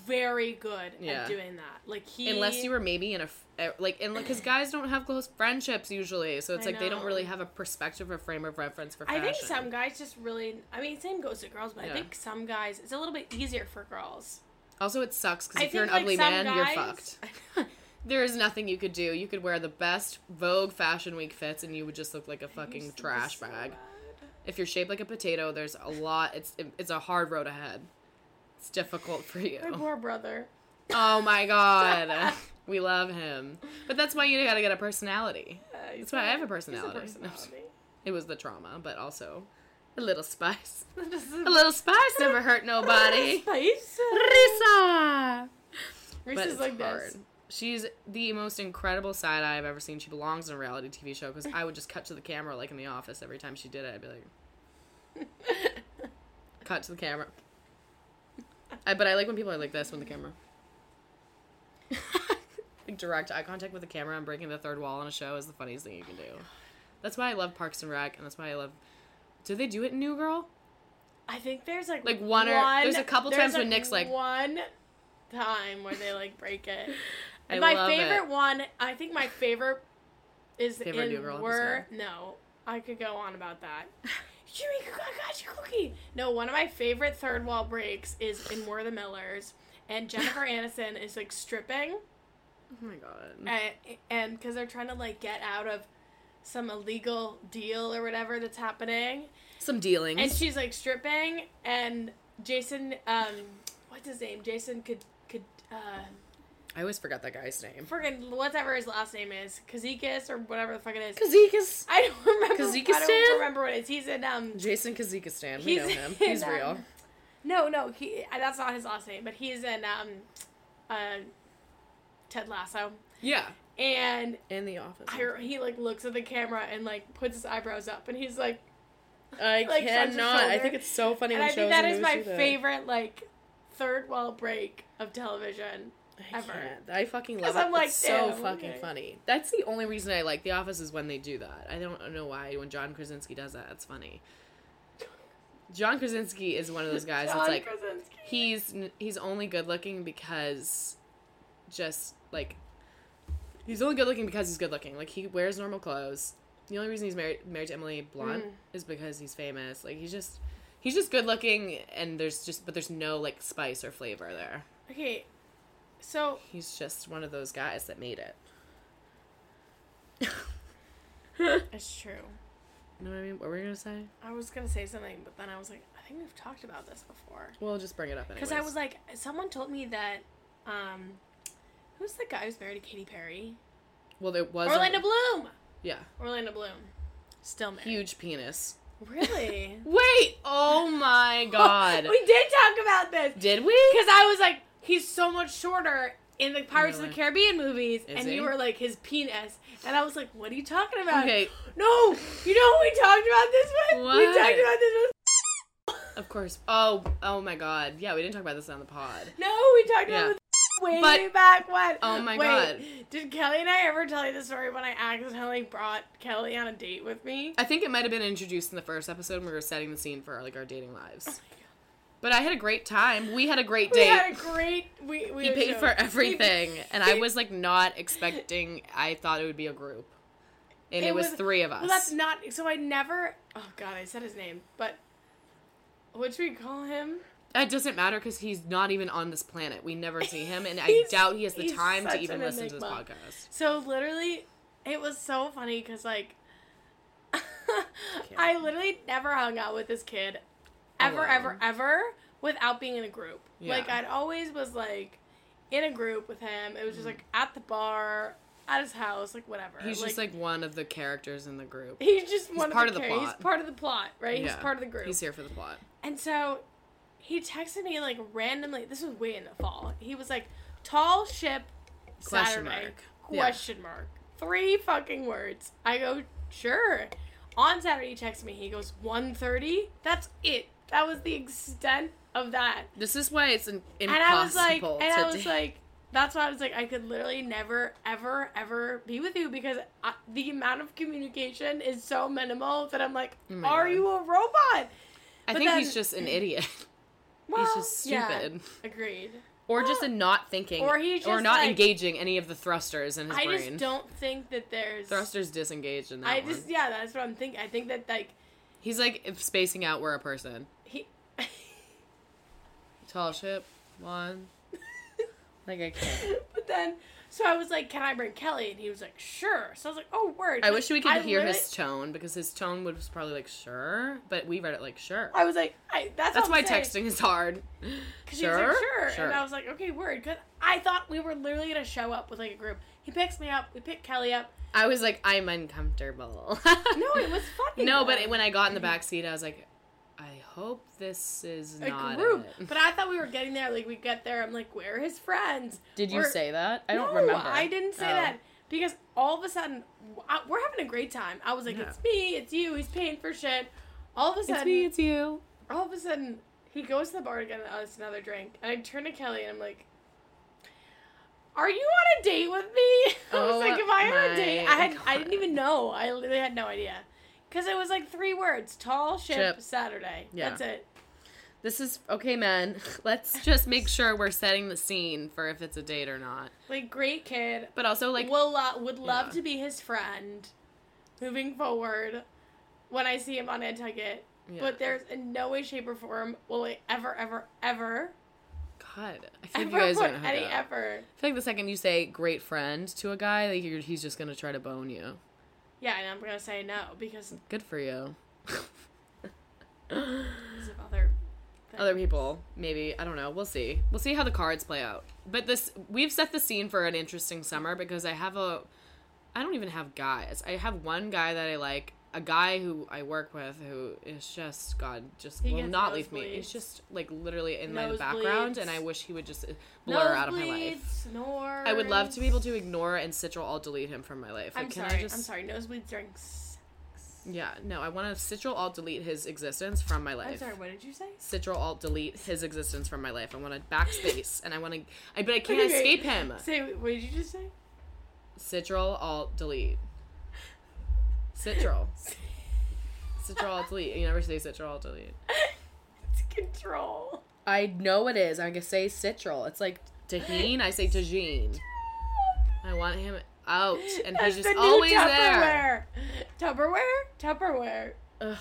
Speaker 4: very good
Speaker 3: Yeah.
Speaker 4: at doing that. Like, he.
Speaker 3: unless you were maybe in a f- eh, like and because guys don't have close friendships usually, so it's
Speaker 4: I
Speaker 3: like they don't
Speaker 4: know.
Speaker 3: really have a perspective or frame of reference for
Speaker 4: I
Speaker 3: fashion.
Speaker 4: think some guys just really. I mean, same goes to girls, but
Speaker 3: Yeah.
Speaker 4: I think some guys. It's a little bit easier for girls.
Speaker 3: Also, it sucks because
Speaker 4: I
Speaker 3: if you're an
Speaker 4: think, like,
Speaker 3: ugly
Speaker 4: some
Speaker 3: man, you're
Speaker 4: guys-
Speaker 3: fucked. there is nothing you could do. You could wear the best Vogue Fashion Week fits, and you would just look like a fucking trash bag. If you're shaped like a potato, there's a lot. It's it's a hard road ahead. It's difficult for you.
Speaker 4: My poor brother.
Speaker 3: Oh my god. We love him. But that's why you gotta get a personality. That's why I have a personality.
Speaker 4: He's a personality.
Speaker 3: It was the trauma, but also a little spice. A little spice never hurt nobody.
Speaker 4: Spice.
Speaker 3: Risa!
Speaker 4: Reese
Speaker 3: But
Speaker 4: is
Speaker 3: it's
Speaker 4: like
Speaker 3: hard.
Speaker 4: this.
Speaker 3: She's the most incredible side eye I've ever seen. She belongs in a reality TV show because I would just cut to the camera like in The Office every time she did it. I'd be like, cut to the camera. I, but I like when people are like this when the camera. like direct eye contact with the camera and breaking the third wall on a show is the funniest thing you can
Speaker 4: Oh
Speaker 3: do. That's why I love Parks and Rec, and that's why I love. Do they do it in New Girl?
Speaker 4: I think there's like
Speaker 3: Like, one or- there's a couple
Speaker 4: there's,
Speaker 3: times when Nick's like-
Speaker 4: one time where they like break it.
Speaker 3: I
Speaker 4: And my
Speaker 3: love
Speaker 4: favorite
Speaker 3: it.
Speaker 4: one, I think my favorite is
Speaker 3: Favorite
Speaker 4: in
Speaker 3: New Girl
Speaker 4: Were no, I could go on about that. Jimmy, I got your cookie. No, one of my favorite third wall breaks is in Were the Millers, and Jennifer Aniston is like stripping,
Speaker 3: Oh my god.
Speaker 4: and and because they're trying to like get out of some illegal deal or whatever that's happening,
Speaker 3: Some dealings.
Speaker 4: and she's like stripping, and Jason, um, what's his name? Jason could could uh,
Speaker 3: I always forgot that guy's name.
Speaker 4: friggin' whatever his last name is, Kazikis or whatever the fuck it is.
Speaker 3: Kazikis.
Speaker 4: I don't remember. I
Speaker 3: Kazikistan?
Speaker 4: don't remember what it is. He's in um.
Speaker 3: Jason Kazikistan. We
Speaker 4: He's
Speaker 3: know him.
Speaker 4: in,
Speaker 3: He's
Speaker 4: um,
Speaker 3: real.
Speaker 4: No, no, he. uh, That's not his last name, but he's in um, uh, Ted Lasso,
Speaker 3: Yeah.
Speaker 4: and
Speaker 3: In the office.
Speaker 4: I, he like looks at the camera and like puts his eyebrows up, and he's like,
Speaker 3: I
Speaker 4: like, shrubs his
Speaker 3: cannot. I
Speaker 4: shoulder.
Speaker 3: think it's so funny
Speaker 4: and
Speaker 3: when
Speaker 4: I
Speaker 3: shows
Speaker 4: think that
Speaker 3: and
Speaker 4: is
Speaker 3: movies
Speaker 4: my
Speaker 3: do that.
Speaker 4: favorite like third wall break of television
Speaker 3: I
Speaker 4: ever.
Speaker 3: can't. I fucking love
Speaker 4: 'Cause
Speaker 3: it.
Speaker 4: I'm like,
Speaker 3: it's so
Speaker 4: "Damn,
Speaker 3: fucking
Speaker 4: okay."
Speaker 3: funny. That's the only reason I like The Office is when they do that. I don't know why when John Krasinski does that, it's funny. John Krasinski is one of those guys
Speaker 4: John
Speaker 3: that's like
Speaker 4: Krasinski.
Speaker 3: he's n- he's only good looking because just like he's only good looking because he's good looking. Like he wears normal clothes. The only reason he's married married to Emily Blunt
Speaker 4: Mm.
Speaker 3: is because he's famous. Like he's just he's just good looking and there's just but there's no like spice or flavor there.
Speaker 4: Okay, so
Speaker 3: He's just one of those guys that made it.
Speaker 4: it's true.
Speaker 3: You know what I mean? What were we gonna say?
Speaker 4: I was gonna say something, but then I was like, I think we've talked about this before.
Speaker 3: We'll just bring it up anyways.
Speaker 4: Because I was like, someone told me that, um, who's the guy who's married to Katy Perry?
Speaker 3: well, there was
Speaker 4: Orlando Bloom.
Speaker 3: Yeah,
Speaker 4: Orlando Bloom, still married.
Speaker 3: huge penis.
Speaker 4: Really?
Speaker 3: Wait! Oh my god!
Speaker 4: we did talk about this.
Speaker 3: Did we?
Speaker 4: Because I was like, he's so much shorter in the Pirates of
Speaker 3: Really?
Speaker 4: the Caribbean movies, and
Speaker 3: he?
Speaker 4: you were like his penis, and I was like, what are you talking about?
Speaker 3: Okay.
Speaker 4: No, you know what we talked about this one. We
Speaker 3: What?
Speaker 4: talked about this one.
Speaker 3: Of course. Oh, oh my god. Yeah, we didn't talk about this on the pod.
Speaker 4: No, we talked
Speaker 3: Yeah.
Speaker 4: about the way
Speaker 3: But-
Speaker 4: back when.
Speaker 3: Oh my
Speaker 4: Wait,
Speaker 3: God.
Speaker 4: Did Kelly and I ever tell you the story when I accidentally brought Kelly on a date with me?
Speaker 3: I think it might have been introduced in the first episode when we were setting the scene for like our dating lives. But I had a great time. We had a great
Speaker 4: Oh We
Speaker 3: date.
Speaker 4: had a great. We, we
Speaker 3: he paid
Speaker 4: so-
Speaker 3: for everything, and I was like not expecting. I thought it would be a group, and it, was, three of us.
Speaker 4: Well, that's not. So I never. Oh God, I said his name, but what should we call him?
Speaker 3: That doesn't matter because he's not even on this planet. We never see him, and I
Speaker 4: He's-
Speaker 3: doubt he has the
Speaker 4: he's
Speaker 3: time to
Speaker 4: such
Speaker 3: even
Speaker 4: an
Speaker 3: listen to this
Speaker 4: enigma.
Speaker 3: podcast.
Speaker 4: So literally, it was so funny because like, I literally never hung out with this kid, ever,
Speaker 3: Alone.
Speaker 4: ever, ever, without being in a group. Like
Speaker 3: Yeah.
Speaker 4: I'd always was like, in a group with him. It was just like at the bar, at his house, like whatever.
Speaker 3: Mm. He's just like one of the characters in the group.
Speaker 4: He's just one
Speaker 3: part
Speaker 4: of the,
Speaker 3: of the
Speaker 4: char-
Speaker 3: plot.
Speaker 4: He's part of the plot, right?
Speaker 3: Yeah.
Speaker 4: He's part of the group.
Speaker 3: He's here for the plot.
Speaker 4: And so he texted me like randomly. This was way in the fall. He was like, "Tall ship
Speaker 3: Question
Speaker 4: Saturday?"
Speaker 3: mark. Yeah.
Speaker 4: Question mark. Three fucking words. I go, "Sure." On Saturday, he texts me. He goes, "1.30? That's it. That was the extent of that."
Speaker 3: This is why it's an,
Speaker 4: And
Speaker 3: impossible.
Speaker 4: I was like,
Speaker 3: to
Speaker 4: and I was
Speaker 3: date.
Speaker 4: like, that's why I was like, I could literally never, ever, ever be with you because I, the amount of communication is so minimal that I'm like,
Speaker 3: Oh my
Speaker 4: are
Speaker 3: God.
Speaker 4: you a robot?
Speaker 3: I
Speaker 4: but
Speaker 3: think he's
Speaker 4: then-
Speaker 3: just an idiot,
Speaker 4: Well,
Speaker 3: just
Speaker 4: yeah.
Speaker 3: stupid.
Speaker 4: agreed.
Speaker 3: or just a not thinking,
Speaker 4: Or he's
Speaker 3: or
Speaker 4: just,
Speaker 3: not
Speaker 4: like-
Speaker 3: engaging any of the thrusters in his
Speaker 4: I
Speaker 3: brain.
Speaker 4: just don't think that there's.
Speaker 3: Thrusters disengaged in that
Speaker 4: I
Speaker 3: one.
Speaker 4: just yeah, that's what I'm thinking. I think that like
Speaker 3: He's like if spacing out. We're a person.
Speaker 4: he.
Speaker 3: Tall ship one. Like I can't.
Speaker 4: but then So I was like, "Can I bring Kelly?" And he was like, "Sure." So I was like, "Oh, word."
Speaker 3: I wish we could hear
Speaker 4: literally-
Speaker 3: his tone because his tone was probably like sure, but we read it like sure.
Speaker 4: I was like, I, "That's
Speaker 3: That's
Speaker 4: all I'm
Speaker 3: why
Speaker 4: saying.
Speaker 3: texting is hard.
Speaker 4: Because he was like,
Speaker 3: Sure?
Speaker 4: sure.
Speaker 3: Sure.
Speaker 4: And I was like, okay, word. Because I thought we were literally going to show up with like a group. He picks me up. We pick Kelly up.
Speaker 3: I was like, I'm uncomfortable.
Speaker 4: No, it was funny.
Speaker 3: no,
Speaker 4: though.
Speaker 3: but when I got in the back seat, I was like, I hope this is
Speaker 4: a
Speaker 3: not
Speaker 4: group.
Speaker 3: it.
Speaker 4: But I thought we were getting there. Like, we get there. I'm like, where are his friends?
Speaker 3: Did you
Speaker 4: We're-
Speaker 3: say that? I don't
Speaker 4: No,
Speaker 3: remember.
Speaker 4: I didn't say
Speaker 3: Oh.
Speaker 4: that. Because all of a sudden, I- we're having a great time. I was like, it's me, it's you, he's paying for shit. All of a sudden,
Speaker 3: It's me, it's you.
Speaker 4: all of a sudden, he goes to the bar to get us another drink. And I turn to Kelly and I'm like, Are you on a date with me? I was
Speaker 3: Oh
Speaker 4: like, Am I on a date?
Speaker 3: my
Speaker 4: I had I didn't
Speaker 3: God.
Speaker 4: even know. I literally had no idea. Because it was like three words tall ship,
Speaker 3: Ship.
Speaker 4: Saturday.
Speaker 3: Yeah.
Speaker 4: That's it.
Speaker 3: This is okay, man. Let's just make sure we're setting the scene for if it's a date or not.
Speaker 4: Like, great kid.
Speaker 3: But also, like,
Speaker 4: Will lo- would love
Speaker 3: yeah.
Speaker 4: to be his friend moving forward when I see him on Nantucket.
Speaker 3: Yeah.
Speaker 4: But there's in no way, shape, or form will I ever, ever, ever,
Speaker 3: God, I feel like you
Speaker 4: ever
Speaker 3: guys are
Speaker 4: put
Speaker 3: gonna hook
Speaker 4: any
Speaker 3: up.
Speaker 4: effort.
Speaker 3: I feel like the second you say "great friend" to a guy, like you're, he's just gonna try to bone you.
Speaker 4: Yeah, and I'm gonna say no because
Speaker 3: Good for you.
Speaker 4: because of other things.
Speaker 3: Other people, maybe I don't know. We'll see. We'll see how the cards play out. But this, we've set the scene for an interesting summer because I have a, I don't even have guys. I have one guy that I like, a guy who I work with who is just God, just
Speaker 4: He
Speaker 3: will
Speaker 4: gets
Speaker 3: not leave me.
Speaker 4: nosebleeds.
Speaker 3: He's just like literally in my background,
Speaker 4: Nosebleeds.
Speaker 3: and I wish he would just blur out of my
Speaker 4: Nosebleeds,
Speaker 3: life.
Speaker 4: Snores.
Speaker 3: I would love to be able to ignore and Citral all delete him from my life. Like,
Speaker 4: I'm
Speaker 3: can
Speaker 4: sorry.
Speaker 3: I just,
Speaker 4: I'm sorry. Nosebleeds drinks.
Speaker 3: Yeah, no, I want to Citral alt delete his existence from my life.
Speaker 4: I'm sorry. What did you say?
Speaker 3: Citral alt delete his existence from my life. I want to backspace, and I want to, I but I can't
Speaker 4: Okay.
Speaker 3: escape him.
Speaker 4: Say what did you just say?
Speaker 3: Citral alt delete. Citral. Citral alt delete. You never say Citral alt delete.
Speaker 4: It's control.
Speaker 3: I know it is. I can say Citral. It's like tahine. I say tajine. I want him out, and
Speaker 4: That's
Speaker 3: he's
Speaker 4: the
Speaker 3: just
Speaker 4: new
Speaker 3: always there.
Speaker 4: Tupperware. Tupperware. Tupperware.
Speaker 3: Ugh,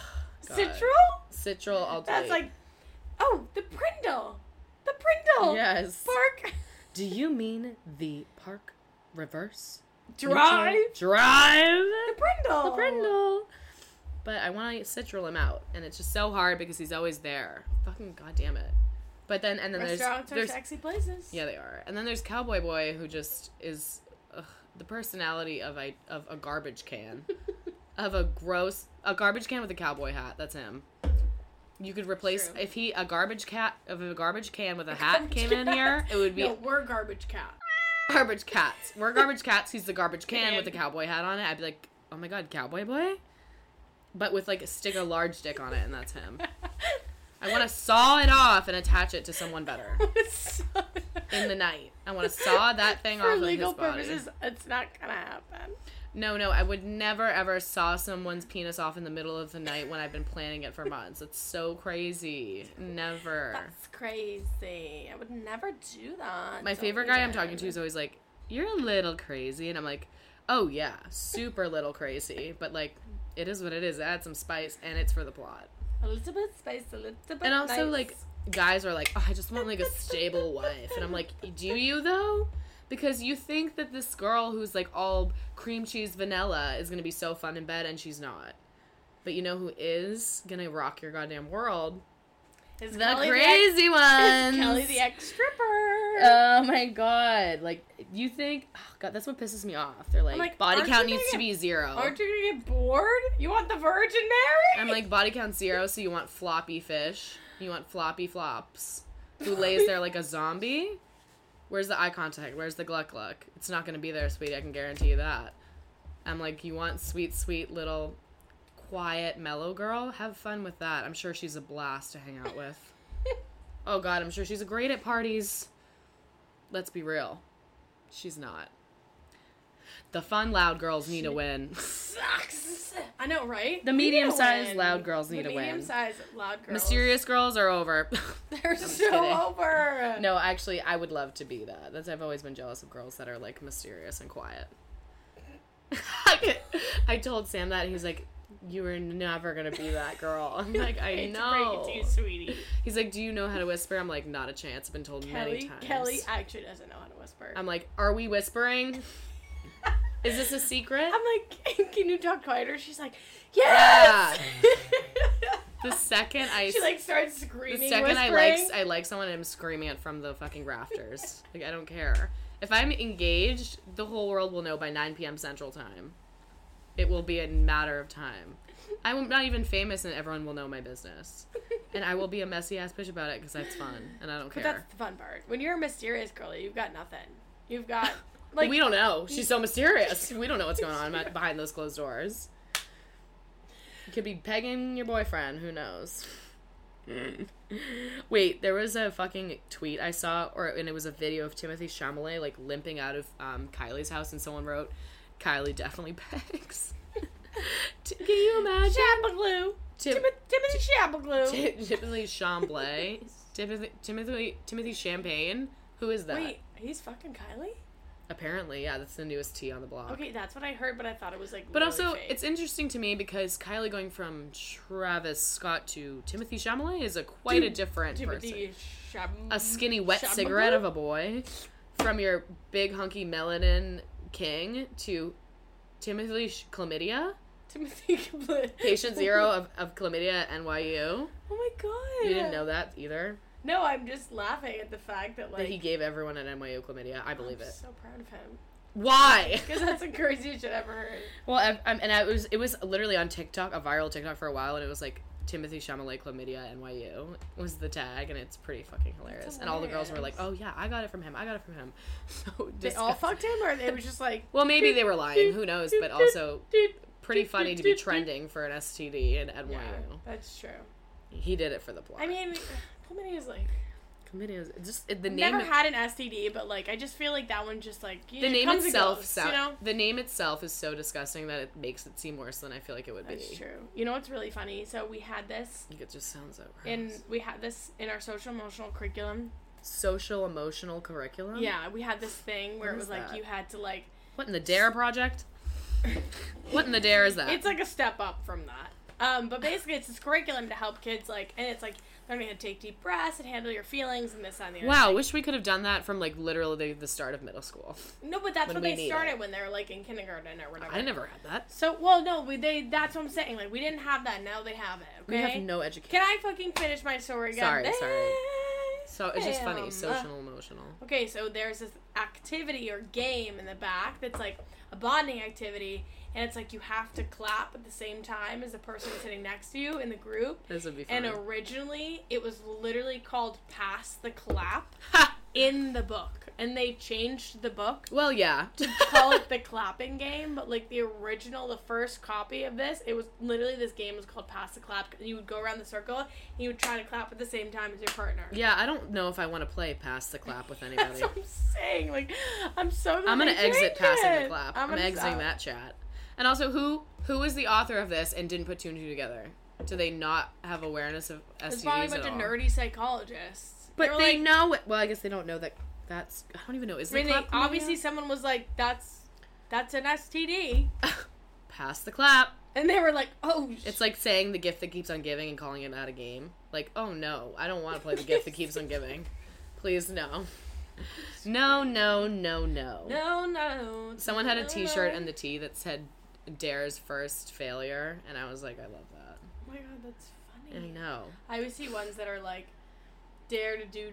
Speaker 3: God.
Speaker 4: Citral.
Speaker 3: Citral alt delete.
Speaker 4: That's like, oh, the Prindle. The Prindle.
Speaker 3: yes.
Speaker 4: Bark.
Speaker 3: Do you mean the park reverse?
Speaker 4: Drive.
Speaker 3: Drive.
Speaker 4: The Prindle.
Speaker 3: The Brindle. But I want to citral him out, and it's just so hard because he's always there. Fucking goddamn it. But then and then there's
Speaker 4: Restaurants are
Speaker 3: there's
Speaker 4: sexy places.
Speaker 3: yeah they are, and then there's Cowboy Boy who just is ugh, the personality of a of a garbage can, of a gross a garbage can with a cowboy hat. That's him. You could replace
Speaker 4: True.
Speaker 3: if he a garbage cat of a garbage can with a hat came in here, it would be
Speaker 4: No, we're garbage cow.
Speaker 3: garbage cats. We're garbage cats. He's the garbage can with the
Speaker 4: Can.
Speaker 3: cowboy hat on it. I'd be like, oh my god, cowboy boy. But with like a stick a large dick on it, and that's him. I want to saw it off and attach it to someone better in the night. I want to saw that thing
Speaker 4: For
Speaker 3: off
Speaker 4: legal
Speaker 3: of his body.
Speaker 4: purposes, it's not gonna happen.
Speaker 3: No, no, I would never ever saw someone's penis off in the middle of the night when I've been planning it for months. It's so crazy. Never.
Speaker 4: That's crazy. I would never do that.
Speaker 3: My
Speaker 4: Don't
Speaker 3: favorite
Speaker 4: do
Speaker 3: guy I'm
Speaker 4: that.
Speaker 3: talking to is always like, "You're a little crazy," and I'm like, "Oh yeah, super little crazy." But like, it is what it is. Add some spice, and it's for the plot.
Speaker 4: Elizabeth Spice, Elizabeth.
Speaker 3: And also
Speaker 4: Nice.
Speaker 3: like, guys are like, oh, "I just want like a stable wife," and I'm like, "Do you though?" Because you think that this girl who's like all cream cheese vanilla is gonna be so fun in bed, and she's not. But you know who is gonna rock your goddamn world?
Speaker 4: Is
Speaker 3: The
Speaker 4: Kelly
Speaker 3: crazy
Speaker 4: The
Speaker 3: ones.
Speaker 4: ex- is Kelly the ex stripper.
Speaker 3: Oh my god! Like you think, oh god, that's what pisses me off. They're like,
Speaker 4: like,
Speaker 3: body
Speaker 4: aren't
Speaker 3: count
Speaker 4: you
Speaker 3: needs to
Speaker 4: gonna-
Speaker 3: be zero.
Speaker 4: Aren't you gonna get bored? You want the Virgin Mary?
Speaker 3: I'm like body count zero, so you want floppy fish, you want floppy flops, who lays there like a zombie. Where's the eye contact? Where's the gluck gluck? It's not gonna be there, sweet. I can guarantee you that. I'm like, you want sweet, sweet little, quiet, mellow girl? Have fun with that. I'm sure she's a blast to hang out with. oh god, I'm sure she's great at parties. Let's be real, she's not. The fun, loud girls need a win.
Speaker 4: sucks. I know, right?
Speaker 3: The
Speaker 4: We need a
Speaker 3: medium-sized
Speaker 4: win.
Speaker 3: loud girls need
Speaker 4: the
Speaker 3: a win.
Speaker 4: Medium-sized loud girls.
Speaker 3: Mysterious girls are over.
Speaker 4: They're so
Speaker 3: kidding.
Speaker 4: over.
Speaker 3: no, actually, I would love to be that. That's I've always been jealous of girls that are like mysterious and quiet. I told Sam that and he's like, you were never gonna be that girl. I'm like, I
Speaker 4: Hate
Speaker 3: know.
Speaker 4: To break it to you, sweetie.
Speaker 3: He's like, do you know how to whisper? I'm like, not a chance. I've been told many
Speaker 4: Kelly,
Speaker 3: times.
Speaker 4: Kelly actually doesn't know how to whisper.
Speaker 3: I'm like, are we whispering? Is this a secret?
Speaker 4: I'm like, can you talk quieter? She's like,
Speaker 3: Yeah.
Speaker 4: yes.
Speaker 3: The second I
Speaker 4: she like starts
Speaker 3: the
Speaker 4: screaming.
Speaker 3: second I like
Speaker 4: whispering.
Speaker 3: I like someone, I'm screaming it from the fucking rafters. like I don't care. If I'm engaged, the whole world will know by 9 p.m. Central Time. It will be a matter of time. I'm not even famous, and everyone will know my business. And I will be a messy ass bitch about it because that's fun, and I don't
Speaker 4: But
Speaker 3: care.
Speaker 4: that's the fun part. When you're a mysterious girly, you've got nothing. You've got like
Speaker 3: we don't know. She's so mysterious. We don't know what's going on be- behind those closed doors. You could be pegging your boyfriend. Who knows? Wait, there was a fucking tweet I saw, or and it was a video of Timothy Chalamet like limping out of um, Kylie's house, and someone wrote, "Kylie definitely pegs." T- Can you imagine?
Speaker 4: Shabagloo.
Speaker 3: Tim-
Speaker 4: Tim- Timothy Shabagloo.
Speaker 3: Ti- Timothy Chalamet, Timothy, Timothy, Timothy Champagne. Who is that?
Speaker 4: Wait, he's fucking Kylie?
Speaker 3: Apparently, yeah, that's the newest tea on the block.
Speaker 4: Okay, that's what I heard, but I thought it was like.
Speaker 3: But
Speaker 4: really
Speaker 3: also,
Speaker 4: fake.
Speaker 3: it's interesting to me because Kylie going from Travis Scott to Timothy Chalamet is a quite a different person.
Speaker 4: Timothy Shab.
Speaker 3: A skinny wet
Speaker 4: Chalamet?
Speaker 3: cigarette of a boy, from your big hunky melanin king to Timothy Sh- chlamydia,
Speaker 4: Timothy Kabla-
Speaker 3: patient zero of, of chlamydia at NYU.
Speaker 4: Oh my god.
Speaker 3: You didn't know that either.
Speaker 4: No, I'm just laughing at the fact that like.
Speaker 3: That he gave everyone at NYU chlamydia. I believe
Speaker 4: I'm
Speaker 3: it.
Speaker 4: so proud of him
Speaker 3: Why?
Speaker 4: because that's the craziest shit I've ever heard.
Speaker 3: Well, I, I'm, and I was it was literally on TikTok, a viral TikTok for a while, and it was like Timothy Chalamet chlamydia NYU was the tag, and it's pretty fucking hilarious. And all the girls were like, "Oh yeah, I got it from him. I got it from him." So
Speaker 4: They all
Speaker 3: disgusting.
Speaker 4: fucked him, or they was just like.
Speaker 3: Well, maybe they were lying. Who knows? But also pretty funny to be trending for an STD and NYU.
Speaker 4: Yeah, that's true.
Speaker 3: He did it for the plot.
Speaker 4: I mean, chlamydia is like
Speaker 3: chlamydia is just it- the name.
Speaker 4: never had an STD, but like I just feel like that one just like
Speaker 3: the name itself
Speaker 4: goes,
Speaker 3: sound,
Speaker 4: you know.
Speaker 3: the name itself is so disgusting that it makes it seem worse than I feel like it would
Speaker 4: That's
Speaker 3: be.
Speaker 4: true. You know what's really funny? So we had this
Speaker 3: Like, It just sounds so gross.
Speaker 4: in we had this in our social emotional curriculum.
Speaker 3: social emotional curriculum.
Speaker 4: Yeah, we had this thing where it
Speaker 3: Um, What
Speaker 4: was
Speaker 3: is
Speaker 4: like
Speaker 3: that?
Speaker 4: you had to like
Speaker 3: What in the Dare project? What in the Dare is that?
Speaker 4: it's like a step up from that. Um, but basically, it's this curriculum to help kids like, and it's like learning how to take deep breaths and handle your feelings and this and the other.
Speaker 3: wow, wish we could have done that from like literally the start of middle school.
Speaker 4: No, but that's
Speaker 3: When
Speaker 4: what
Speaker 3: we
Speaker 4: they
Speaker 3: need
Speaker 4: started
Speaker 3: it.
Speaker 4: when they were like in kindergarten or whatever.
Speaker 3: I never had that.
Speaker 4: So well, no, we, they. That's what I'm saying. Like we didn't have that. Now they have it.
Speaker 3: We
Speaker 4: Okay.
Speaker 3: have no education.
Speaker 4: Can I fucking finish my story again?
Speaker 3: Sorry, sorry. So it's just
Speaker 4: Damn.
Speaker 3: funny, social emotional.
Speaker 4: Okay, so there's this activity or game in the back that's like a bonding activity, and it's like you have to clap at the same time as the person sitting next to you in the group.
Speaker 3: This would be fun.
Speaker 4: And originally, it was literally called "Pass the Clap"
Speaker 3: Ha!
Speaker 4: in the book, and they changed the book
Speaker 3: well, yeah.
Speaker 4: call it the clapping game, but like the original, the first copy of this, it was literally this game was called Pass the Clap. And you would go around the circle and you would try to clap at the same time as your partner.
Speaker 3: yeah, I don't know if I want to play past the clap with
Speaker 4: That's
Speaker 3: anybody.
Speaker 4: what I'm saying. Like, I'm so. Glad
Speaker 3: I'm gonna
Speaker 4: they changed
Speaker 3: exit passing
Speaker 4: it.
Speaker 3: the clap.
Speaker 4: I'm
Speaker 3: I'm,
Speaker 4: gonna
Speaker 3: exiting
Speaker 4: stop.
Speaker 3: that chat. And also, who who is the author of this and didn't put two and two together? Do they not have awareness of STDs
Speaker 4: It's probably a
Speaker 3: at
Speaker 4: bunch of
Speaker 3: all?
Speaker 4: nerdy psychologists.
Speaker 3: But
Speaker 4: were
Speaker 3: they
Speaker 4: like,
Speaker 3: know it. Well, I guess they don't know that. That's I don't even know. Is
Speaker 4: I mean,
Speaker 3: the
Speaker 4: they,
Speaker 3: clap chlamydia?
Speaker 4: obviously, someone was like, "That's that's an STD,"
Speaker 3: pass the clap.
Speaker 4: and they were like, "Oh, sh-
Speaker 3: It's like saying the gift that keeps on giving and calling it not a game. Like, oh no, I don't want to play the gift that keeps on giving. Please no. No, no, no, no.
Speaker 4: no, no."
Speaker 3: Someone had a
Speaker 4: no,
Speaker 3: t-shirt
Speaker 4: no."
Speaker 3: and the T that said Dare's first failure and I was like, I love that.
Speaker 4: Oh my god, that's funny.
Speaker 3: I know.
Speaker 4: I always see ones that are like dare to do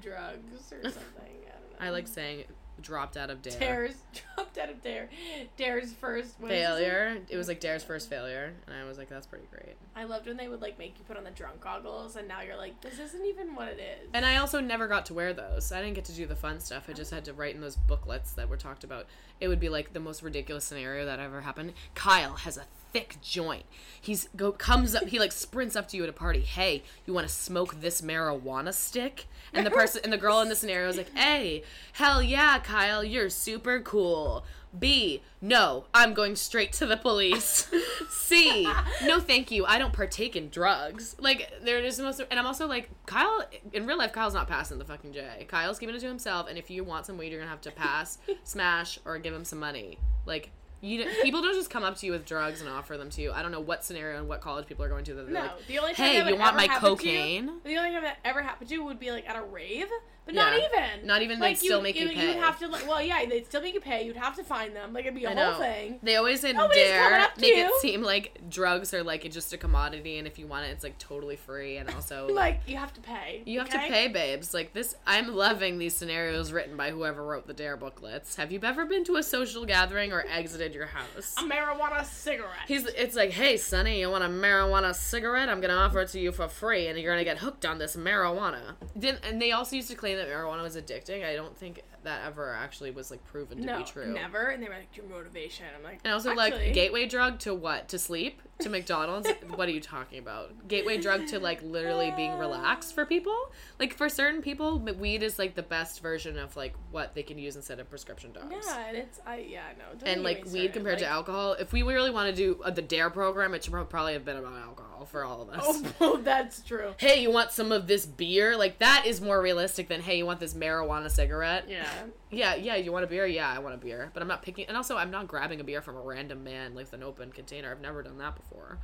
Speaker 4: drugs or something. I don't know.
Speaker 3: I like saying dropped out of Dare.
Speaker 4: dares dropped out of dare. Dares first what is this?
Speaker 3: failure. It was like Dare's first failure and I was like, that's pretty great.
Speaker 4: I loved when they would like make you put on the drunk goggles, and now you're like, this isn't even what it is.
Speaker 3: And I also never got to wear those. I didn't get to do the fun stuff. I just had to write in those booklets that were talked about. It would be like the most ridiculous scenario that ever happened. Kyle has a thick joint. He's go comes up. He like sprints up to you at a party. Hey, you want to smoke this marijuana stick? And the person and the girl in the scenario is like, Hey, hell yeah, Kyle, you're super cool. B, no, I'm going straight to the police. C, no, thank you. I don't partake in drugs. Like, there is most, and I'm also like, Kyle, in real life, Kyle's not passing the fucking J. Kyle's keeping it to himself, and if you want some weed, you're gonna have to pass, smash, or give him some money. Like, You d people don't just come up to you with drugs and offer them to you. I don't know what scenario and what college people are going to that they're
Speaker 4: No,
Speaker 3: like,
Speaker 4: the only time
Speaker 3: "Hey,
Speaker 4: that would
Speaker 3: you want
Speaker 4: ever
Speaker 3: my
Speaker 4: happen to
Speaker 3: cocaine?"
Speaker 4: you- the only time that ever happened to you would be like at a rave, but not
Speaker 3: Yeah.
Speaker 4: even.
Speaker 3: Not even,
Speaker 4: Like
Speaker 3: they'd still
Speaker 4: would-
Speaker 3: make you
Speaker 4: would-
Speaker 3: pay.
Speaker 4: You'd have to. like, Well, yeah, they'd still make you pay. You'd have to find them. Like it'd be a
Speaker 3: I
Speaker 4: whole
Speaker 3: know.
Speaker 4: thing.
Speaker 3: They always in
Speaker 4: Nobody's coming
Speaker 3: dare
Speaker 4: up to
Speaker 3: make
Speaker 4: you.
Speaker 3: it seem like drugs are like just a commodity, and if you want it, it's like totally free, and also like,
Speaker 4: Like you have to pay.
Speaker 3: you have
Speaker 4: okay?
Speaker 3: to pay, babes. Like this, I'm loving these scenarios written by whoever wrote the dare booklets. Have you ever been to a social gathering or exited your house?
Speaker 4: A marijuana cigarette.
Speaker 3: He's, it's like, hey, Sonny, you want a marijuana cigarette? I'm gonna offer it to you for free, and you're gonna get hooked on this marijuana. Didn't, and they also used to claim that marijuana was addicting. I don't think that ever actually was like proven to
Speaker 4: no,
Speaker 3: be true.
Speaker 4: never. And they were like, "Your motivation." I'm like,
Speaker 3: And also,
Speaker 4: actually,
Speaker 3: like, gateway drug to what? To sleep? To McDonald's? what are you talking about? Gateway drug to, like, literally being relaxed for people? Like, for certain people, m- weed is, like, the best version of, like, what they can use instead of prescription drugs.
Speaker 4: Yeah, and it's I yeah no. Don't
Speaker 3: And,
Speaker 4: get
Speaker 3: like,
Speaker 4: me
Speaker 3: weed
Speaker 4: started.
Speaker 3: compared to
Speaker 4: Like,
Speaker 3: alcohol, if we really want to do uh, the DARE program, it should prob- probably have been about alcohol for all of us.
Speaker 4: Oh, that's true.
Speaker 3: Hey, you want some of this beer? Like, that is more realistic than, hey, you want this marijuana cigarette?
Speaker 4: Yeah.
Speaker 3: Yeah, yeah, you want a beer? Yeah, I want a beer. But I'm not picking and also I'm not grabbing a beer from a random man like with an open container. I've never done that before.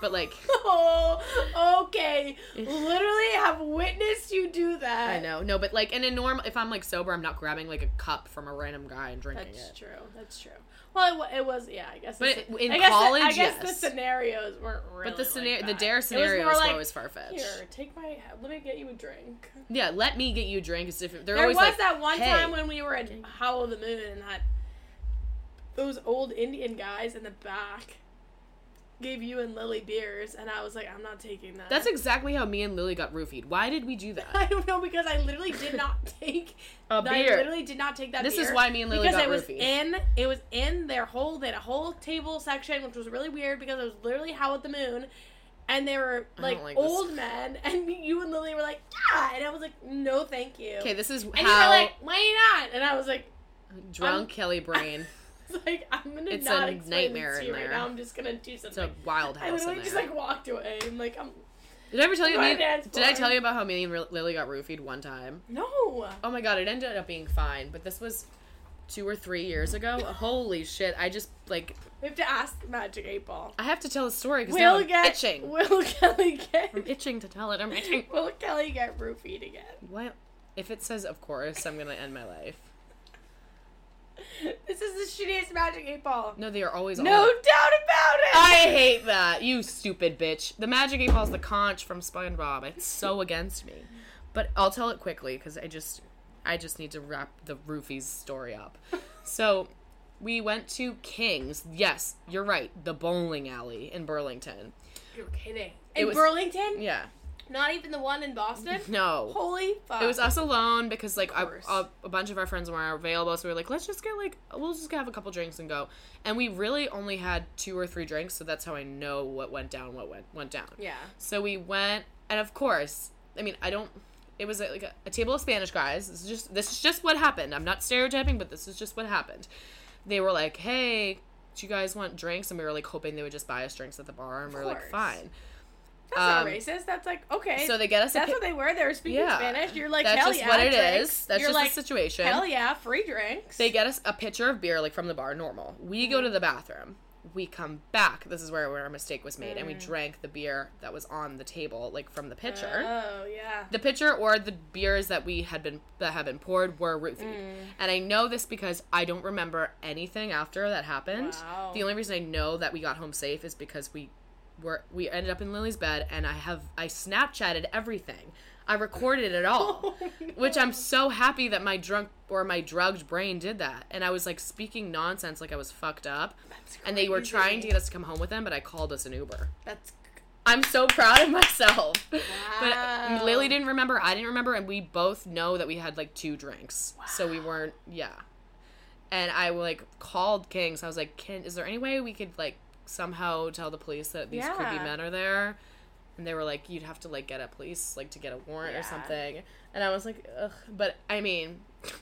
Speaker 3: But like
Speaker 4: Oh, okay. Literally have witnessed you do that.
Speaker 3: I know. No, but like in a normal if I'm like sober, I'm not grabbing like a cup from a random guy and drinking
Speaker 4: That's
Speaker 3: it.
Speaker 4: true. That's true. Well, it, wa- it was yeah. I guess.
Speaker 3: But
Speaker 4: the-
Speaker 3: in
Speaker 4: I guess
Speaker 3: college,
Speaker 4: the, I guess
Speaker 3: yes.
Speaker 4: the scenarios weren't really.
Speaker 3: But the scenario
Speaker 4: like
Speaker 3: the
Speaker 4: that.
Speaker 3: dare scenario
Speaker 4: it was more like,
Speaker 3: always far fetched.
Speaker 4: Here, take my. Let me get you a drink.
Speaker 3: Yeah, let me get you drinks if they're
Speaker 4: There
Speaker 3: always
Speaker 4: was
Speaker 3: like,
Speaker 4: that one
Speaker 3: "Hey."
Speaker 4: time when we were at Howl of the Moon and that those old Indian guys in the back gave you and Lily beers, and I was like, I'm not taking that.
Speaker 3: That's exactly how me and Lily got roofied. Why did we do that?
Speaker 4: I don't know because I literally did not take
Speaker 3: A
Speaker 4: I
Speaker 3: beer.
Speaker 4: literally did not take that.
Speaker 3: This
Speaker 4: beer
Speaker 3: is why me and Lily
Speaker 4: because
Speaker 3: got
Speaker 4: it was
Speaker 3: roofied.
Speaker 4: in it was in their whole they had a whole table section which was really weird because it was literally Howl at the Moon, and they were
Speaker 3: I
Speaker 4: like,
Speaker 3: don't like this.
Speaker 4: old men, and you and Lily were like yeah, and I was like no thank you.
Speaker 3: Okay, this is
Speaker 4: and you
Speaker 3: how
Speaker 4: were like um, why not? And I was like
Speaker 3: drunk
Speaker 4: I'm-
Speaker 3: Kelly brain.
Speaker 4: it's like I'm gonna
Speaker 3: It's
Speaker 4: not
Speaker 3: a
Speaker 4: explain
Speaker 3: nightmare
Speaker 4: this to
Speaker 3: in
Speaker 4: you right
Speaker 3: there.
Speaker 4: now. I'm just gonna do
Speaker 3: It's a
Speaker 4: something.
Speaker 3: wild house
Speaker 4: I
Speaker 3: in
Speaker 4: literally
Speaker 3: there.
Speaker 4: just like walked away. I'm like I'm
Speaker 3: Did I ever tell you?
Speaker 4: My
Speaker 3: Me,
Speaker 4: dad's
Speaker 3: did I tell
Speaker 4: blind.
Speaker 3: you about how me and Ri- Lily got roofied one time?
Speaker 4: no.
Speaker 3: Oh my god, it ended up being fine, but this was two or three years ago. Holy shit! I just like
Speaker 4: We have to ask Magic Eight Ball.
Speaker 3: I have to tell the story because
Speaker 4: Will
Speaker 3: I'm
Speaker 4: get
Speaker 3: itching.
Speaker 4: Will Kelly get
Speaker 3: I'm itching to tell it. I'm itching.
Speaker 4: Will Kelly get roofied again?
Speaker 3: What? If it says of course, I'm gonna end my life.
Speaker 4: This is the shittiest Magic Eight Ball.
Speaker 3: No, they are always
Speaker 4: No
Speaker 3: all-
Speaker 4: doubt about it.
Speaker 3: I hate that. You stupid bitch. The magic eight ball is the conch from SpongeBob. It's so against me. But I'll tell it quickly because I just, I just need to wrap the roofies story up. So, we went to King's. Yes, you're right. The bowling alley in Burlington.
Speaker 4: You're kidding. In
Speaker 3: was-
Speaker 4: Burlington?
Speaker 3: Yeah.
Speaker 4: Not even the one in Boston?
Speaker 3: No.
Speaker 4: Holy fuck.
Speaker 3: It was uh, us alone because like a,
Speaker 4: course.
Speaker 3: a, a bunch of our friends weren't available, so we were like, let's just get like we'll just have a couple drinks and go. And we really only had two or three drinks, so that's how I know what went down, what went went down.
Speaker 4: Yeah.
Speaker 3: So we went, and of course, I mean, I don't. It was like a, a table of Spanish guys. This is just this is just what happened. I'm not stereotyping, but this is just what happened. They were like, "Hey, do you guys want drinks?" And we were like hoping they would just buy us drinks at the bar, and we were like,
Speaker 4: course.
Speaker 3: "Fine."
Speaker 4: That's not
Speaker 3: um,
Speaker 4: racist. That's like okay.
Speaker 3: So they get us. a
Speaker 4: That's
Speaker 3: pi-
Speaker 4: what they were. They were speaking
Speaker 3: Yeah.
Speaker 4: Spanish. You're like
Speaker 3: That's
Speaker 4: hell
Speaker 3: just
Speaker 4: yeah.
Speaker 3: what it
Speaker 4: drinks.
Speaker 3: is. That's
Speaker 4: You're
Speaker 3: just the
Speaker 4: like,
Speaker 3: situation.
Speaker 4: Hell yeah, free drinks.
Speaker 3: They get us a pitcher of beer, like from the bar, normal. We go to
Speaker 4: Mm-hmm.
Speaker 3: the bathroom. We come back. This is where, where our mistake was made, and
Speaker 4: Mm.
Speaker 3: we drank the beer that was on the table, like from the pitcher.
Speaker 4: Oh yeah.
Speaker 3: the pitcher or the beers that we had been that had been poured were roofied,
Speaker 4: Mm.
Speaker 3: and I know this because I don't remember anything after that happened.
Speaker 4: Wow.
Speaker 3: The only reason I know that we got home safe is because we were we ended up in Lily's bed, and I have I Snapchatted everything. I recorded it all,
Speaker 4: Oh
Speaker 3: which I'm so happy that my drunk or my drugged brain did that. And I was like speaking nonsense, like I was fucked up. and they were trying to get us to come home with them, but I called us an Uber.
Speaker 4: That's
Speaker 3: I'm so proud of myself.
Speaker 4: Wow.
Speaker 3: But uh, Lily didn't remember, I didn't remember, and we both know that we had like two drinks. So we weren't, yeah. And I like called Kings. I was like, "Can is there any way we could like somehow tell the police that these creepy
Speaker 4: Yeah.
Speaker 3: men are there?" And they were like, "You'd have to like get a police like to get a warrant
Speaker 4: Yeah.
Speaker 3: or something." And I was like, "Ugh." But I mean,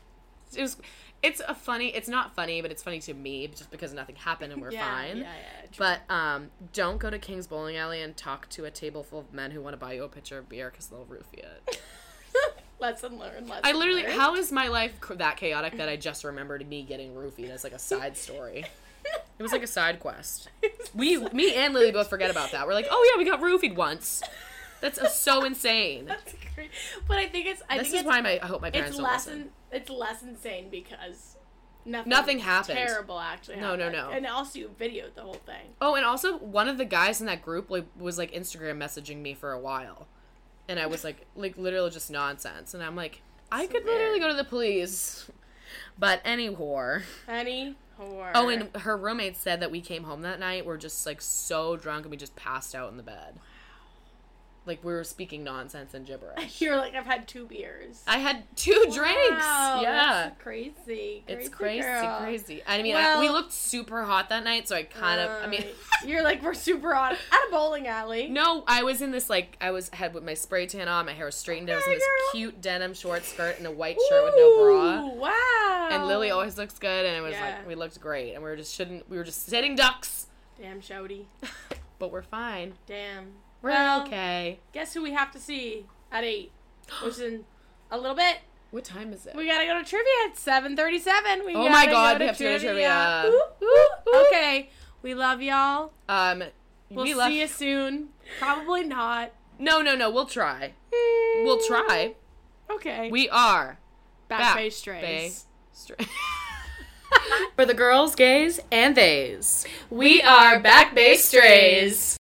Speaker 3: it was. It's a funny. It's not funny, but it's funny to me just because nothing happened and we're
Speaker 4: yeah,
Speaker 3: fine.
Speaker 4: Ah. Yeah, yeah, true.
Speaker 3: But um, don't go to King's Bowling Alley and talk to a table full of men who want to buy you a pitcher of beer because they'll roofie it.
Speaker 4: lesson learned. Lesson
Speaker 3: I literally,
Speaker 4: learned.
Speaker 3: how is my life c- that chaotic that I just remembered me getting roofied as like a side story? It was like a side quest. We, me and Lily both forget about that. We're like, oh yeah, we got roofied once. That's so insane.
Speaker 4: That's great. But I think it's. I
Speaker 3: This
Speaker 4: think
Speaker 3: is
Speaker 4: it's,
Speaker 3: why my, I hope my parents
Speaker 4: it's
Speaker 3: don't
Speaker 4: less
Speaker 3: listen.
Speaker 4: in- it's less insane because nothing
Speaker 3: Nothing happened.
Speaker 4: Terrible, actually.
Speaker 3: No, no,
Speaker 4: happened.
Speaker 3: no.
Speaker 4: And also, you videoed the whole thing.
Speaker 3: Oh, and also one of the guys in that group like, was like Instagram messaging me for a while, and I was like, like literally just nonsense, and I'm like, I could literally go to the police. But any whore.
Speaker 4: Penny whore.
Speaker 3: Oh, and her roommate said that we came home that night. We're just like so drunk and we just passed out in the bed. Like we were speaking nonsense and gibberish.
Speaker 4: you're like, I've had two beers.
Speaker 3: I had two drinks.
Speaker 4: Wow,
Speaker 3: Yeah.
Speaker 4: that's crazy. crazy.
Speaker 3: It's crazy,
Speaker 4: girl.
Speaker 3: crazy. I mean, I,
Speaker 4: Well-
Speaker 3: we looked super hot that night, so I kind of. I mean,
Speaker 4: Uh, you're like we're super on at a bowling alley.
Speaker 3: no, I was in this like I was had with my spray tan on, my hair was straightened. I was in this
Speaker 4: girl.
Speaker 3: cute denim short skirt and a white shirt with no bra.
Speaker 4: Ooh, Wow.
Speaker 3: And Lily always looks good, and it was
Speaker 4: Yeah.
Speaker 3: like we looked great, and we were just shouldn't we were just sitting ducks,
Speaker 4: Damn, Shody.
Speaker 3: but we're fine.
Speaker 4: Damn.
Speaker 3: We're
Speaker 4: Well,
Speaker 3: okay.
Speaker 4: Guess who we have to see at eight? Which is in a little bit.
Speaker 3: What time is it?
Speaker 4: We gotta go to trivia at seven thirty-seven. We
Speaker 3: Oh my
Speaker 4: gotta
Speaker 3: God,
Speaker 4: go
Speaker 3: we have to go to trivia.
Speaker 4: Ooh, ooh, ooh. Okay, we love y'all.
Speaker 3: um,
Speaker 4: We'll
Speaker 3: we
Speaker 4: see
Speaker 3: left.
Speaker 4: you soon. Probably not.
Speaker 3: No, no, no. We'll try. We'll try.
Speaker 4: Okay.
Speaker 3: We are
Speaker 4: back
Speaker 3: Back
Speaker 4: face strays.
Speaker 3: Stra- For the girls, gays, and theys, we are Back Bay Strays.